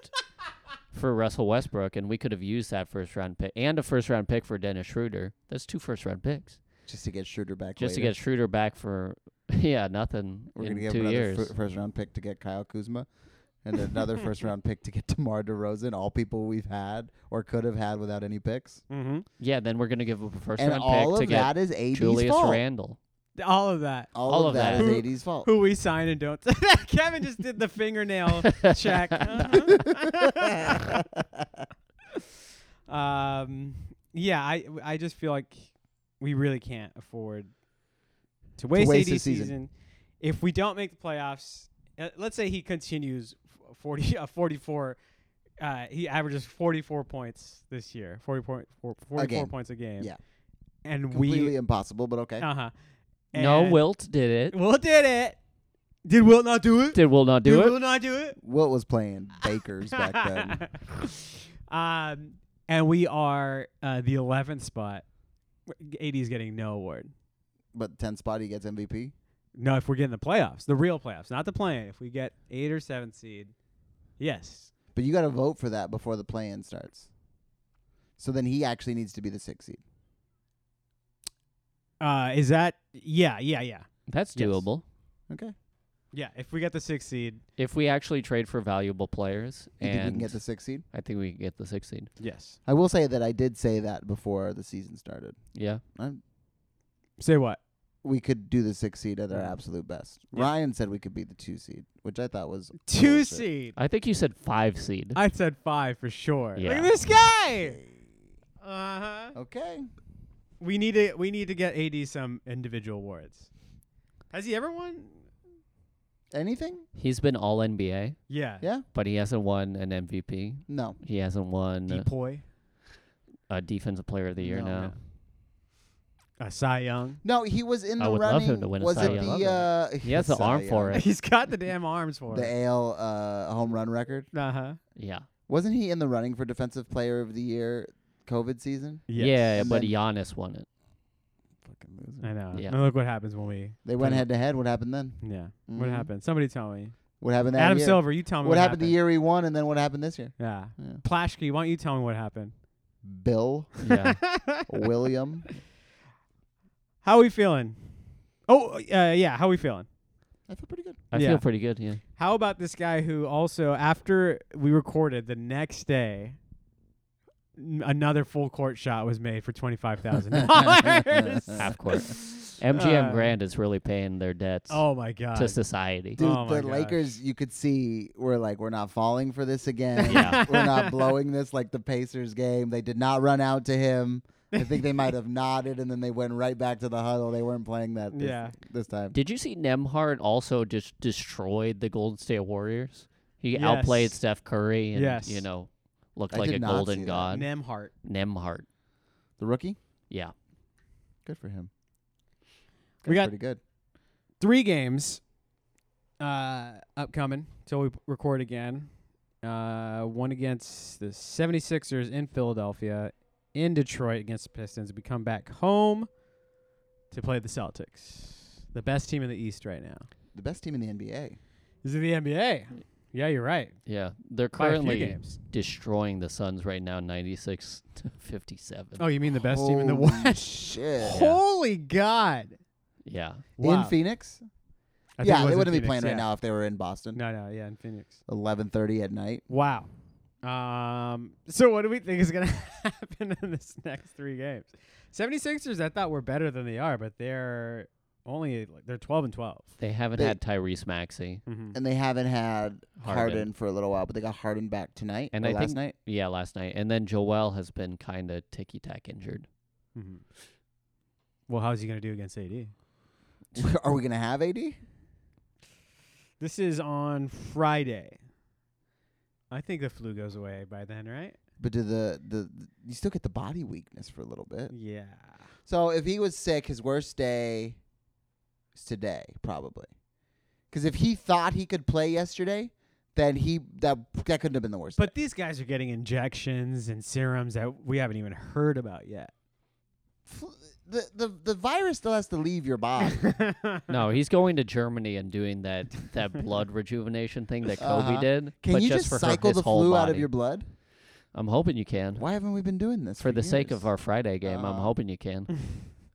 Speaker 3: for Russell Westbrook, and we could have used that first round pick and a first round pick for Dennis Schroeder. That's two first round picks
Speaker 2: Just to get Schroeder back.
Speaker 3: just to
Speaker 2: later.
Speaker 3: get Schroeder back for yeah nothing
Speaker 2: We're
Speaker 3: in
Speaker 2: gonna give
Speaker 3: two
Speaker 2: another
Speaker 3: years.
Speaker 2: fir- first round pick to get Kyle Kuzma, and another first round pick to get DeMar DeRozan. All people we've had or could have had without any picks.
Speaker 1: Mm-hmm.
Speaker 3: yeah, then we're gonna give up a first
Speaker 2: and
Speaker 3: round
Speaker 2: all
Speaker 3: pick to
Speaker 2: of
Speaker 3: get
Speaker 2: that is AD's
Speaker 3: Julius
Speaker 2: fault.
Speaker 3: Randle.
Speaker 1: All of that.
Speaker 2: All,
Speaker 3: All
Speaker 2: of
Speaker 3: of
Speaker 2: that
Speaker 1: that.
Speaker 2: is
Speaker 1: Who-
Speaker 2: AD's fault.
Speaker 1: Who we sign and don't. Kevin just did the fingernail check. um, yeah, I I just feel like we really can't afford to waste,
Speaker 2: waste
Speaker 1: AD
Speaker 2: a season.
Speaker 1: If we don't make the playoffs, uh, let's say he continues f- 40, uh, 44. Uh, he averages 44 points this year, 40 point, four- 44
Speaker 2: game.
Speaker 1: points a game.
Speaker 2: Yeah.
Speaker 1: And
Speaker 2: Completely
Speaker 1: we.
Speaker 2: impossible, but okay.
Speaker 1: Uh huh.
Speaker 3: No, Wilt did it.
Speaker 1: Will did it. Did Will not do it?
Speaker 3: Did Wilt not do
Speaker 1: did
Speaker 3: it?
Speaker 1: Will not do it?
Speaker 2: Wilt was playing Bakers back then.
Speaker 1: um, and we are uh, the eleventh spot. AD is getting no award.
Speaker 2: But 10 spot, he gets MVP.
Speaker 1: No, if we're getting the playoffs, the real playoffs, not the play-in. If we get eight or seventh seed, yes.
Speaker 2: But you got to vote for that before the play in starts. So then he actually needs to be the sixth seed.
Speaker 1: Uh, is that yeah, yeah, yeah,
Speaker 3: That's
Speaker 1: Yes.
Speaker 3: doable.
Speaker 2: Okay.
Speaker 1: yeah? If we get the sixth seed,
Speaker 3: If we actually trade for valuable players,
Speaker 2: You think
Speaker 3: and
Speaker 2: we can get the sixth seed?
Speaker 3: I think we can get the sixth seed.
Speaker 1: yes.
Speaker 2: I will say that I did say that before the season started.
Speaker 3: Yeah,
Speaker 2: I'm,
Speaker 1: Say what?
Speaker 2: we could do the sixth seed at our
Speaker 1: Mhm.
Speaker 2: absolute best.
Speaker 1: Yeah.
Speaker 2: Ryan said we could be the two seed, which I thought was
Speaker 1: Two
Speaker 2: bullshit.
Speaker 1: seed.
Speaker 3: I think you said five seed.
Speaker 1: I said five for sure. Look
Speaker 3: Yeah.
Speaker 1: at this guy. Uh huh.
Speaker 2: Okay.
Speaker 1: We need to we need to get AD some individual awards. Has he ever won?
Speaker 2: Anything?
Speaker 3: He's been all NBA,
Speaker 1: Yeah.
Speaker 2: Yeah.
Speaker 3: but he hasn't won an MVP.
Speaker 2: No.
Speaker 3: He hasn't won
Speaker 1: Depoy.
Speaker 3: a Defensive Player of the Year.
Speaker 2: No,
Speaker 3: now.
Speaker 1: no. Uh, Cy Young.
Speaker 2: No, he was in
Speaker 3: I
Speaker 2: the
Speaker 3: would love
Speaker 2: running.
Speaker 3: him to win a
Speaker 2: was
Speaker 3: Cy
Speaker 2: it
Speaker 3: Young.
Speaker 2: the uh
Speaker 3: He has the
Speaker 2: Cy
Speaker 3: arm for
Speaker 2: Young.
Speaker 3: it.
Speaker 1: He's got the damn arms for
Speaker 2: The
Speaker 1: it.
Speaker 2: AL uh, home run record.
Speaker 1: Uh huh.
Speaker 3: Yeah,
Speaker 2: Wasn't he in the running for defensive player of the year COVID season?
Speaker 3: yeah,
Speaker 2: And
Speaker 3: but
Speaker 2: then-
Speaker 3: Giannis won it.
Speaker 2: Fucking loser.
Speaker 1: I know.
Speaker 3: Yeah.
Speaker 1: And look what happens when we.
Speaker 2: They went
Speaker 1: Kinda-
Speaker 2: head to head. What happened then?
Speaker 1: Yeah. What
Speaker 2: Mhm.
Speaker 1: happened? Somebody tell me.
Speaker 2: What happened that
Speaker 1: Adam
Speaker 2: year?
Speaker 1: Silver, you tell me.
Speaker 2: What,
Speaker 1: What,
Speaker 2: happened the year he won, and then what happened this year?
Speaker 1: Yeah.
Speaker 2: Yeah.
Speaker 1: Plashke, why don't you tell me what happened?
Speaker 2: Bill
Speaker 3: Yeah,
Speaker 2: William.
Speaker 1: How we feeling? Oh, uh, yeah. How we feeling?
Speaker 2: I feel pretty good.
Speaker 3: I
Speaker 1: Yeah.
Speaker 3: feel pretty good. Yeah,
Speaker 1: How about this guy who also, after we recorded the next day, n- another full court shot was made for twenty five thousand dollars.
Speaker 3: half court. MGM Grand is really paying their debts
Speaker 1: Oh my god.
Speaker 3: to society.
Speaker 2: Dude,
Speaker 1: Oh my
Speaker 2: the
Speaker 1: gosh.
Speaker 2: Lakers, you could see we're like, we're not falling for this again.
Speaker 3: Yeah.
Speaker 2: we're not blowing this like the Pacers game. They did not run out to him. I think they might have nodded, and then they went right back to the huddle. They weren't playing that this,
Speaker 1: Yeah.
Speaker 2: this time.
Speaker 3: Did you see Nemhart also just destroyed the Golden State Warriors? He
Speaker 1: Yes.
Speaker 3: outplayed Steph Curry and
Speaker 1: Yes.
Speaker 3: you know looked
Speaker 2: I
Speaker 3: like
Speaker 2: did
Speaker 3: a
Speaker 2: not see
Speaker 3: golden
Speaker 2: that.
Speaker 3: god.
Speaker 1: Nemhart.
Speaker 3: Nemhart.
Speaker 2: The rookie?
Speaker 3: Yeah.
Speaker 2: Good for him.
Speaker 1: We
Speaker 2: That's
Speaker 1: got
Speaker 2: pretty good.
Speaker 1: three games uh, upcoming till we p- record again. Uh, one against the 76ers in Philadelphia, in Detroit against the Pistons. We come back home to play the Celtics, the best team in the East right now.
Speaker 2: The best team in the NBA.
Speaker 1: This is the NBA. Yeah, you're right.
Speaker 3: Yeah. They're
Speaker 1: By a few
Speaker 3: currently
Speaker 1: games.
Speaker 3: destroying the Suns right now 96 to 57.
Speaker 1: Oh, you mean the best team in the
Speaker 2: Holy
Speaker 1: West?
Speaker 2: Shit.
Speaker 1: Holy God!
Speaker 3: Yeah.
Speaker 1: Wow.
Speaker 2: In Phoenix?
Speaker 1: I think it
Speaker 2: yeah,
Speaker 1: was
Speaker 2: they
Speaker 1: in
Speaker 2: wouldn't be
Speaker 1: Phoenix,
Speaker 2: playing
Speaker 1: yeah.
Speaker 2: right now if they were in Boston.
Speaker 1: No, no, yeah, in Phoenix.
Speaker 2: Eleven thirty at night.
Speaker 1: Wow. Um, so what do we think is going to happen in this next three games? 76ers, I thought were better than they are, but they're only like they're 12 and 12.
Speaker 3: They haven't
Speaker 2: They-
Speaker 3: had Tyrese Maxey.
Speaker 1: Mm-hmm.
Speaker 2: And they haven't had Harden,
Speaker 3: Harden.
Speaker 2: for a little while, but they got Harden back tonight
Speaker 3: And
Speaker 2: or
Speaker 3: I
Speaker 2: last
Speaker 3: think-
Speaker 2: night.
Speaker 3: Yeah, last night. And then Joel has been kind of ticky tack injured.
Speaker 1: Mm-hmm. Well, how's he going to do against AD?
Speaker 2: Are we gonna have AD?
Speaker 1: This is on Friday. I think the flu goes away by then, right?
Speaker 2: But do the, the you still get the body weakness for a little bit.
Speaker 1: Yeah.
Speaker 2: So if he was sick, his worst day is today probably. Because if he thought he could play yesterday, then he that that couldn't have been the worst.
Speaker 1: But these guys are getting injections and serums that we haven't even heard about yet.
Speaker 2: fl- the, the the virus still has to leave your body.
Speaker 3: No, he's going to Germany and doing that that blood rejuvenation thing that Kobe
Speaker 2: Uh-huh.
Speaker 3: did.
Speaker 2: Can
Speaker 3: but
Speaker 2: you
Speaker 3: just,
Speaker 2: just,
Speaker 3: for her-
Speaker 2: cycle
Speaker 3: his
Speaker 2: the
Speaker 3: whole
Speaker 2: flu out of
Speaker 3: body.
Speaker 2: your blood?
Speaker 3: I'm hoping you can.
Speaker 2: Why haven't we been doing this?
Speaker 3: For the sake of
Speaker 2: years?
Speaker 3: our Friday game, I'm
Speaker 2: Uh,
Speaker 3: hoping you can.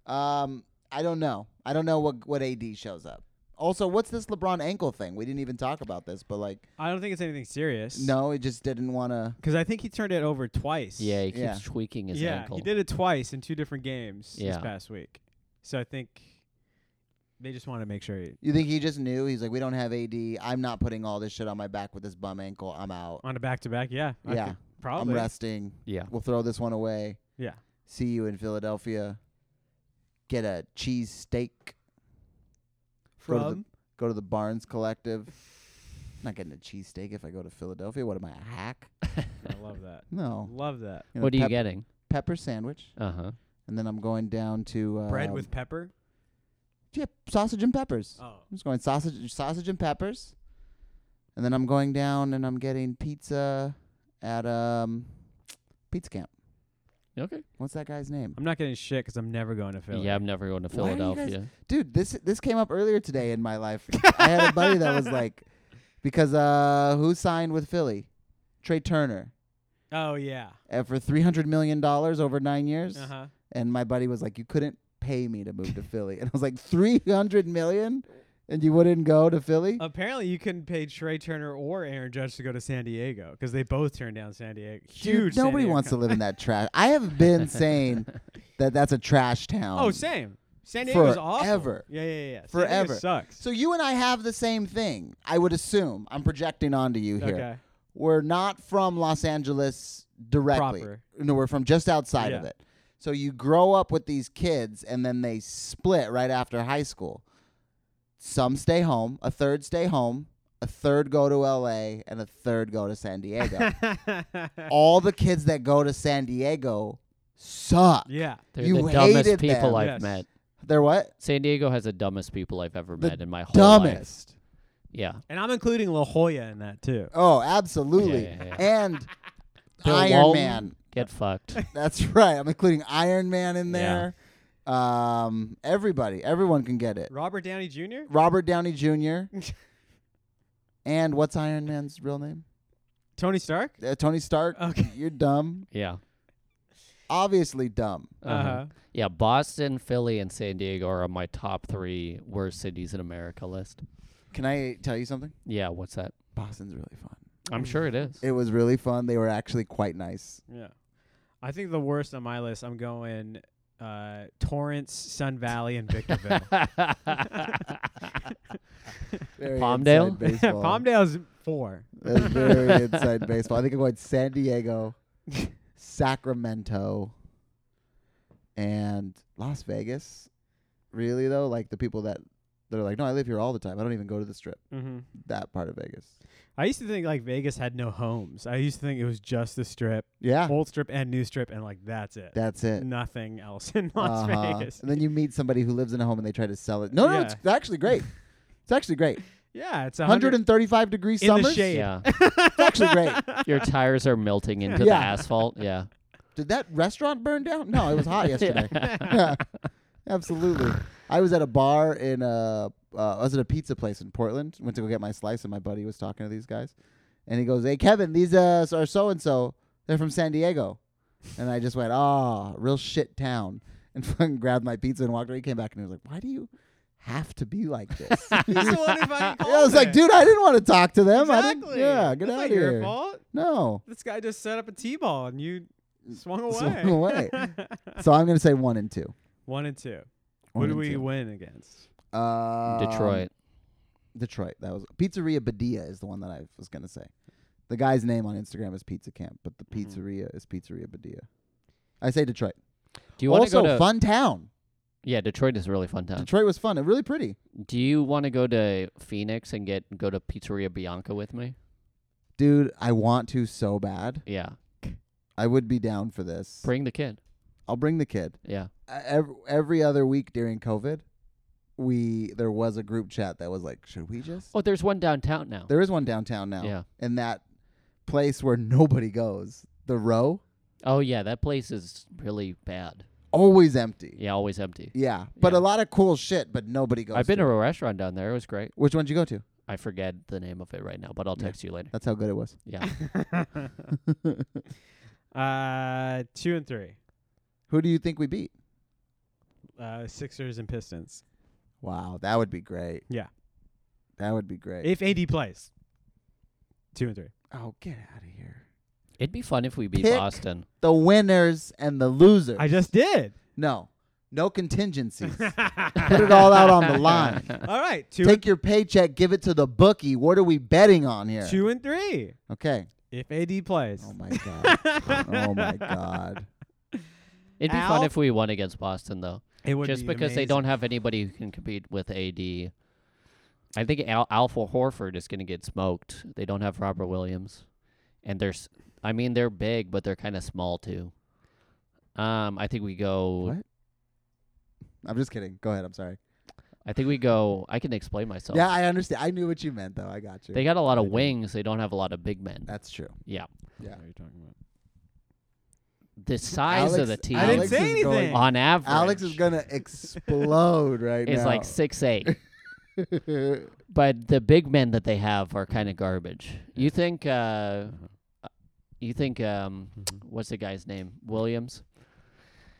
Speaker 2: Um, I don't know. I don't know what what AD shows up. Also, what's this LeBron ankle thing? We didn't even talk about this, but like,
Speaker 1: I don't think it's anything serious.
Speaker 2: no, it just didn't want to.
Speaker 1: Because I think he turned it over twice.
Speaker 3: Yeah, he keeps
Speaker 2: Yeah.
Speaker 3: tweaking his
Speaker 1: yeah,
Speaker 3: ankle.
Speaker 1: he did it twice in two different games this
Speaker 3: Yeah.
Speaker 1: past week. So I think they just want to make sure he,
Speaker 2: You think he just knew? He's like, we don't have AD. I'm not putting all this shit on my back with this bum ankle. I'm out.
Speaker 1: on a back to back. Yeah, I
Speaker 2: Yeah.
Speaker 1: think
Speaker 2: I'm
Speaker 1: probably.
Speaker 2: resting.
Speaker 3: Yeah.
Speaker 2: We'll throw this one away.
Speaker 1: Yeah.
Speaker 2: See you in Philadelphia. Get a cheese steak. Go to the-
Speaker 1: From
Speaker 2: Go to the Barnes Collective. I'm not getting a cheesesteak if I go to Philadelphia. What am I, a hack?
Speaker 1: I love that.
Speaker 2: No.
Speaker 1: Love that.
Speaker 2: You know,
Speaker 3: what are you
Speaker 2: pep-
Speaker 3: getting?
Speaker 2: Pepper sandwich.
Speaker 3: Uh huh.
Speaker 2: And then I'm going down to. Uh,
Speaker 1: Bread with pepper.
Speaker 2: Yeah, sausage and peppers.
Speaker 1: Oh,
Speaker 2: I'm just going sausage, sausage and peppers, and then I'm going down and I'm getting pizza at um, Pizza Camp.
Speaker 3: Okay.
Speaker 2: What's that guy's name,
Speaker 1: I'm not getting shit because I'm never going to Philly.
Speaker 3: Yeah, I'm never going to
Speaker 2: Why are you guys-
Speaker 3: Philadelphia.
Speaker 2: dude? This this came up earlier today in my life. I had a buddy that was like, because uh, who signed with Philly? Trey Turner
Speaker 1: Oh yeah.
Speaker 2: uh, for three hundred million dollars over nine years,
Speaker 1: Uh huh.
Speaker 2: and my buddy was like, you couldn't pay me to move to Philly, and I was like, three hundred million, and you wouldn't go to Philly?
Speaker 1: Apparently, you couldn't pay Trey Turner or Aaron Judge to go to San Diego because they both turned down San Diego. Huge.
Speaker 2: Dude, nobody wants to live in that trash. I have been saying that that's a trash town.
Speaker 1: Oh, same. San Diego's awful.
Speaker 2: forever.
Speaker 1: Yeah, yeah, yeah, yeah. San Diego
Speaker 2: Forever.
Speaker 1: sucks.
Speaker 2: So you and I have the same thing. I would assume. I'm projecting onto you here.
Speaker 1: Okay.
Speaker 2: We're not from Los Angeles directly.
Speaker 1: Proper.
Speaker 2: No, we're from just outside of
Speaker 1: Yeah.
Speaker 2: it. So you grow up with these kids and then they split right after high school. Some stay home, a third stay home, a third go to LA, and a third go to San Diego. All the kids that go to San Diego suck.
Speaker 1: yeah.
Speaker 3: They're
Speaker 2: You
Speaker 3: the dumbest
Speaker 2: hated
Speaker 3: people
Speaker 2: them.
Speaker 3: I've
Speaker 1: Yes.
Speaker 3: met.
Speaker 2: They're what?
Speaker 3: San Diego has the dumbest people I've ever
Speaker 2: The
Speaker 3: met in my whole life.
Speaker 2: Dumbest.
Speaker 3: Yeah.
Speaker 1: And I'm including La Jolla in that too.
Speaker 2: Oh, absolutely.
Speaker 3: Yeah, yeah,
Speaker 2: And
Speaker 3: Bill
Speaker 2: Iron
Speaker 3: Walton,
Speaker 2: Man.
Speaker 3: Get fucked.
Speaker 2: That's right. I'm including Iron Man in
Speaker 3: Yeah.
Speaker 2: there. Um, everybody, everyone can get it.
Speaker 1: Robert Downey Jr.
Speaker 2: Robert Downey Jr. and what's Iron Man's real name?
Speaker 1: Tony Stark.
Speaker 2: Uh, Tony Stark.
Speaker 1: Okay.
Speaker 2: You're dumb.
Speaker 3: Yeah.
Speaker 2: Obviously dumb.
Speaker 1: Uh-huh.
Speaker 3: Yeah, Boston, Philly, and San Diego are on my top three worst cities in America list.
Speaker 2: Can I tell you something?
Speaker 3: Yeah, what's that?
Speaker 2: Boston's really fun.
Speaker 3: I'm sure it is.
Speaker 2: It was really fun. They were actually quite nice.
Speaker 1: Yeah. I think the worst on my list. I'm going uh, Torrance, Sun Valley, and Victorville.
Speaker 2: Very inside
Speaker 3: Palmdale?
Speaker 1: Yeah,
Speaker 2: baseball.
Speaker 1: Palmdale's four.
Speaker 2: That's very inside baseball. I think I'm going San Diego, Sacramento, and Las Vegas. Really though, like the people that they're like, no, I live here all the time. I don't even go to the strip.
Speaker 1: Mm-hmm.
Speaker 2: That part of Vegas.
Speaker 1: I used to think like Vegas had no homes. I used to think it was just the strip,
Speaker 2: Yeah,
Speaker 1: old strip and new strip, and like that's it.
Speaker 2: that's it.
Speaker 1: Nothing else in Las
Speaker 2: Uh-huh.
Speaker 1: Vegas.
Speaker 2: And then you meet somebody who lives in a home and they try to sell it. No, no, it's actually great. It's actually great.
Speaker 1: Yeah, it's a 100
Speaker 2: 135 degree
Speaker 1: In the
Speaker 2: summers.
Speaker 1: shade.
Speaker 3: yeah.
Speaker 2: It's actually great.
Speaker 3: Your tires are melting into the
Speaker 2: Yeah.
Speaker 3: asphalt. Yeah.
Speaker 2: Did that restaurant burn down? No, it was hot yesterday. Absolutely. I was at a bar in a, uh, I was at a pizza place in Portland. Went to go get my slice, and my buddy was talking to these guys, and he goes, "Hey, Kevin, these uh, are so and so. They're from San Diego," and I just went, "Ah, real shit town," and fucking grabbed my pizza and walked away. He came back and he was like, "Why do you have to be like this?" Yeah,
Speaker 1: He's the one who fucking
Speaker 2: I was
Speaker 1: called
Speaker 2: like,
Speaker 1: it.
Speaker 2: "Dude, I didn't want to talk to them. I didn't-
Speaker 1: Exactly.
Speaker 2: yeah, get
Speaker 1: That's
Speaker 2: out
Speaker 1: not
Speaker 2: of
Speaker 1: your
Speaker 2: here.
Speaker 1: fault.
Speaker 2: No,
Speaker 1: This guy just set up a t-ball and you swung away.
Speaker 2: Swung away. so I'm gonna say one and two.
Speaker 1: One and two.
Speaker 2: One
Speaker 1: Who do we
Speaker 2: and two.
Speaker 1: win against?
Speaker 2: Um,
Speaker 3: Detroit.
Speaker 2: Detroit. That was Pizzeria Badia is the one that I was gonna say. The guy's name on Instagram is Pizza Camp, but the
Speaker 1: Mhm.
Speaker 2: pizzeria is Pizzeria Badia. I say Detroit.
Speaker 3: Do you want to
Speaker 2: also,
Speaker 3: go to
Speaker 2: fun town.
Speaker 3: Yeah, Detroit is a really fun town.
Speaker 2: Detroit was fun and really pretty.
Speaker 3: Do you want to go to Phoenix and get go to Pizzeria Bianca with me?
Speaker 2: Dude, I want to so bad.
Speaker 3: Yeah.
Speaker 2: I would be down for this.
Speaker 3: Bring the kid.
Speaker 2: I'll bring the kid.
Speaker 3: Yeah.
Speaker 2: Uh, Every, every other week during COVID, we there was a group chat that was like, should we just?
Speaker 3: Oh, there's one downtown now.
Speaker 2: There is one downtown now.
Speaker 3: Yeah.
Speaker 2: In that place where nobody goes, the row.
Speaker 3: Oh yeah, that place is really bad.
Speaker 2: always empty.
Speaker 3: Yeah, always empty.
Speaker 2: Yeah, but a
Speaker 3: Yeah.
Speaker 2: lot of cool shit, but nobody goes.
Speaker 3: I've been
Speaker 2: to.
Speaker 3: to a restaurant down there. It was great.
Speaker 2: Which one'd you go to?
Speaker 3: I forget the name of it right now, but I'll
Speaker 2: Yeah.
Speaker 3: text you later.
Speaker 2: That's how good it was.
Speaker 3: Yeah.
Speaker 1: uh, two and three.
Speaker 2: Who do you think we beat?
Speaker 1: Uh, Sixers and Pistons.
Speaker 2: Wow, that would be great.
Speaker 1: Yeah.
Speaker 2: that would be great.
Speaker 1: If AD plays, two and three.
Speaker 2: oh, get out of here!
Speaker 3: It'd be fun if we beat
Speaker 2: Pick.
Speaker 3: Boston.
Speaker 2: The winners and the losers.
Speaker 1: I just did.
Speaker 2: no, no contingencies. Put
Speaker 1: all
Speaker 2: it all out on the line.
Speaker 1: right, two
Speaker 2: Take your paycheck, give it to the bookie. What are we betting on here?
Speaker 1: and two and three.
Speaker 2: Okay.
Speaker 1: If AD plays,
Speaker 2: Oh my god. oh my god.
Speaker 3: It'd be fun
Speaker 1: Al?
Speaker 3: if we won against Boston, though.
Speaker 1: it would
Speaker 3: just
Speaker 1: be
Speaker 3: because they
Speaker 1: amazing.
Speaker 3: don't have anybody who can compete with AD. I think Al- Alpha Horford is going to get smoked. They don't have Robert Williams, and they're, s- I mean, they're big, but they're kind of small too. Um, I think we go.
Speaker 2: What? I'm just kidding. Go ahead. I'm sorry.
Speaker 3: I think we go. I can explain myself.
Speaker 2: Yeah, I understand. I knew what you meant, though. I got you.
Speaker 3: they got a lot
Speaker 2: I
Speaker 3: of
Speaker 2: do.
Speaker 3: wings. They don't have a lot of big men.
Speaker 2: That's true.
Speaker 3: Yeah,
Speaker 2: Yeah.
Speaker 1: What are you talking about?
Speaker 3: the size
Speaker 2: Alex-
Speaker 3: of the team
Speaker 1: I didn't
Speaker 2: Alex
Speaker 1: say
Speaker 2: is going-
Speaker 1: anything.
Speaker 3: on average.
Speaker 2: Alex is gonna explode right
Speaker 3: is
Speaker 2: now.
Speaker 3: like six eight.
Speaker 2: like
Speaker 3: but the big men that they have are kind of garbage. You think uh, you think um, what's the guy's name? Williams?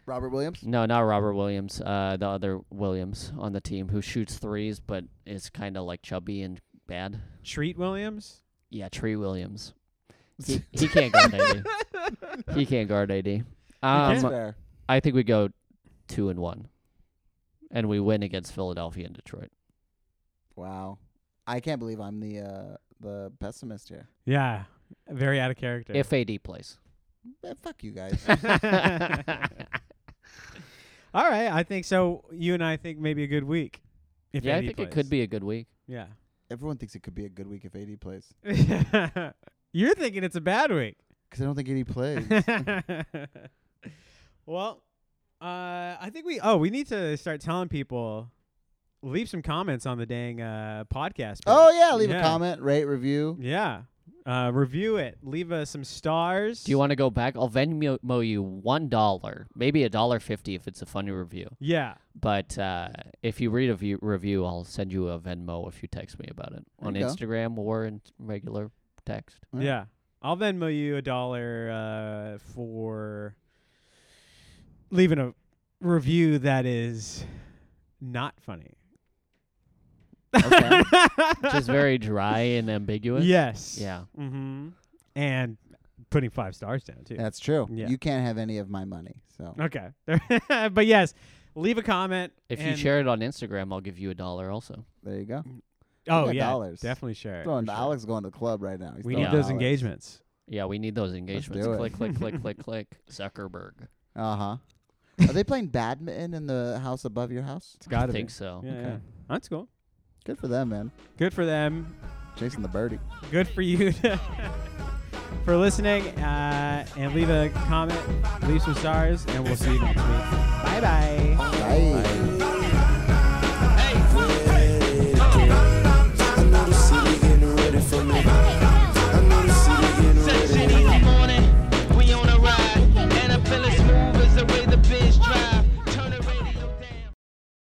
Speaker 2: Robert Williams.
Speaker 3: No, not Robert Williams. Uh, the other Williams on the team who shoots threes but is kind of like chubby and bad.
Speaker 1: Treat Williams.
Speaker 3: Yeah, Tree Williams. He, he can't guard AD. He can't guard AD.
Speaker 2: That's
Speaker 3: Um,
Speaker 2: fair.
Speaker 3: I think we go two and one, and we win against Philadelphia and Detroit.
Speaker 2: Wow. I can't believe I'm the uh, the pessimist here.
Speaker 1: Yeah, very out of character.
Speaker 3: If AD plays.
Speaker 2: Eh, fuck you guys.
Speaker 1: all right, I think so. You and I think maybe a good week. If
Speaker 3: yeah, I
Speaker 1: AD
Speaker 3: think it
Speaker 1: plays.
Speaker 3: could be a good week.
Speaker 1: Yeah.
Speaker 2: Everyone thinks it could be a good week if AD plays.
Speaker 1: You're thinking it's a bad week.
Speaker 2: 'Cause I don't think AD plays.
Speaker 1: well, uh, I think we. Oh, we need to start telling people. Leave some comments on the dang uh, podcast. page.
Speaker 2: oh yeah, leave
Speaker 1: Yeah.
Speaker 2: a comment, rate, review.
Speaker 1: Yeah. Uh, review it. Leave us some stars.
Speaker 3: Do you want to go back? I'll Venmo you one dollar, maybe a dollar fifty if it's a funny review.
Speaker 1: Yeah.
Speaker 3: But uh, if you read a view- review, I'll send you a Venmo if you text me about it
Speaker 2: There
Speaker 3: on
Speaker 2: you go.
Speaker 3: Instagram or in regular text.
Speaker 2: All right.
Speaker 1: Yeah. I'll Venmo you a dollar uh, for leaving a review that is not funny.
Speaker 2: Okay.
Speaker 3: Just very dry and ambiguous.
Speaker 1: Yes.
Speaker 3: Yeah.
Speaker 1: Mm-hmm. And putting five stars down too.
Speaker 2: That's true.
Speaker 1: Yeah.
Speaker 2: You can't have any of my money. So
Speaker 1: Okay. but yes, leave a comment.
Speaker 3: If you
Speaker 1: and-
Speaker 3: share it on Instagram, I'll give you a dollar also.
Speaker 2: there you go.
Speaker 1: oh
Speaker 2: got
Speaker 1: yeah,
Speaker 2: dollars.
Speaker 1: definitely share. it,
Speaker 2: Throwing
Speaker 1: for sure.
Speaker 2: Alex going to the club right now. He's
Speaker 1: We
Speaker 2: throwing
Speaker 1: need those
Speaker 2: dollars.
Speaker 1: engagements.
Speaker 3: Yeah, we need those engagements.
Speaker 2: do it.
Speaker 3: Click, click, click, click, click. Zuckerberg.
Speaker 2: Uh huh. Are they playing badminton in the house above your house?
Speaker 1: It's gotta
Speaker 3: I think
Speaker 1: be.
Speaker 3: so.
Speaker 1: Yeah,
Speaker 2: Okay.
Speaker 1: yeah. that's cool.
Speaker 2: Good for them, man.
Speaker 1: Good for them.
Speaker 2: Chasing the birdie.
Speaker 1: Good for you to- for listening. Uh, and leave a comment. Leave some stars, and we'll see you next week.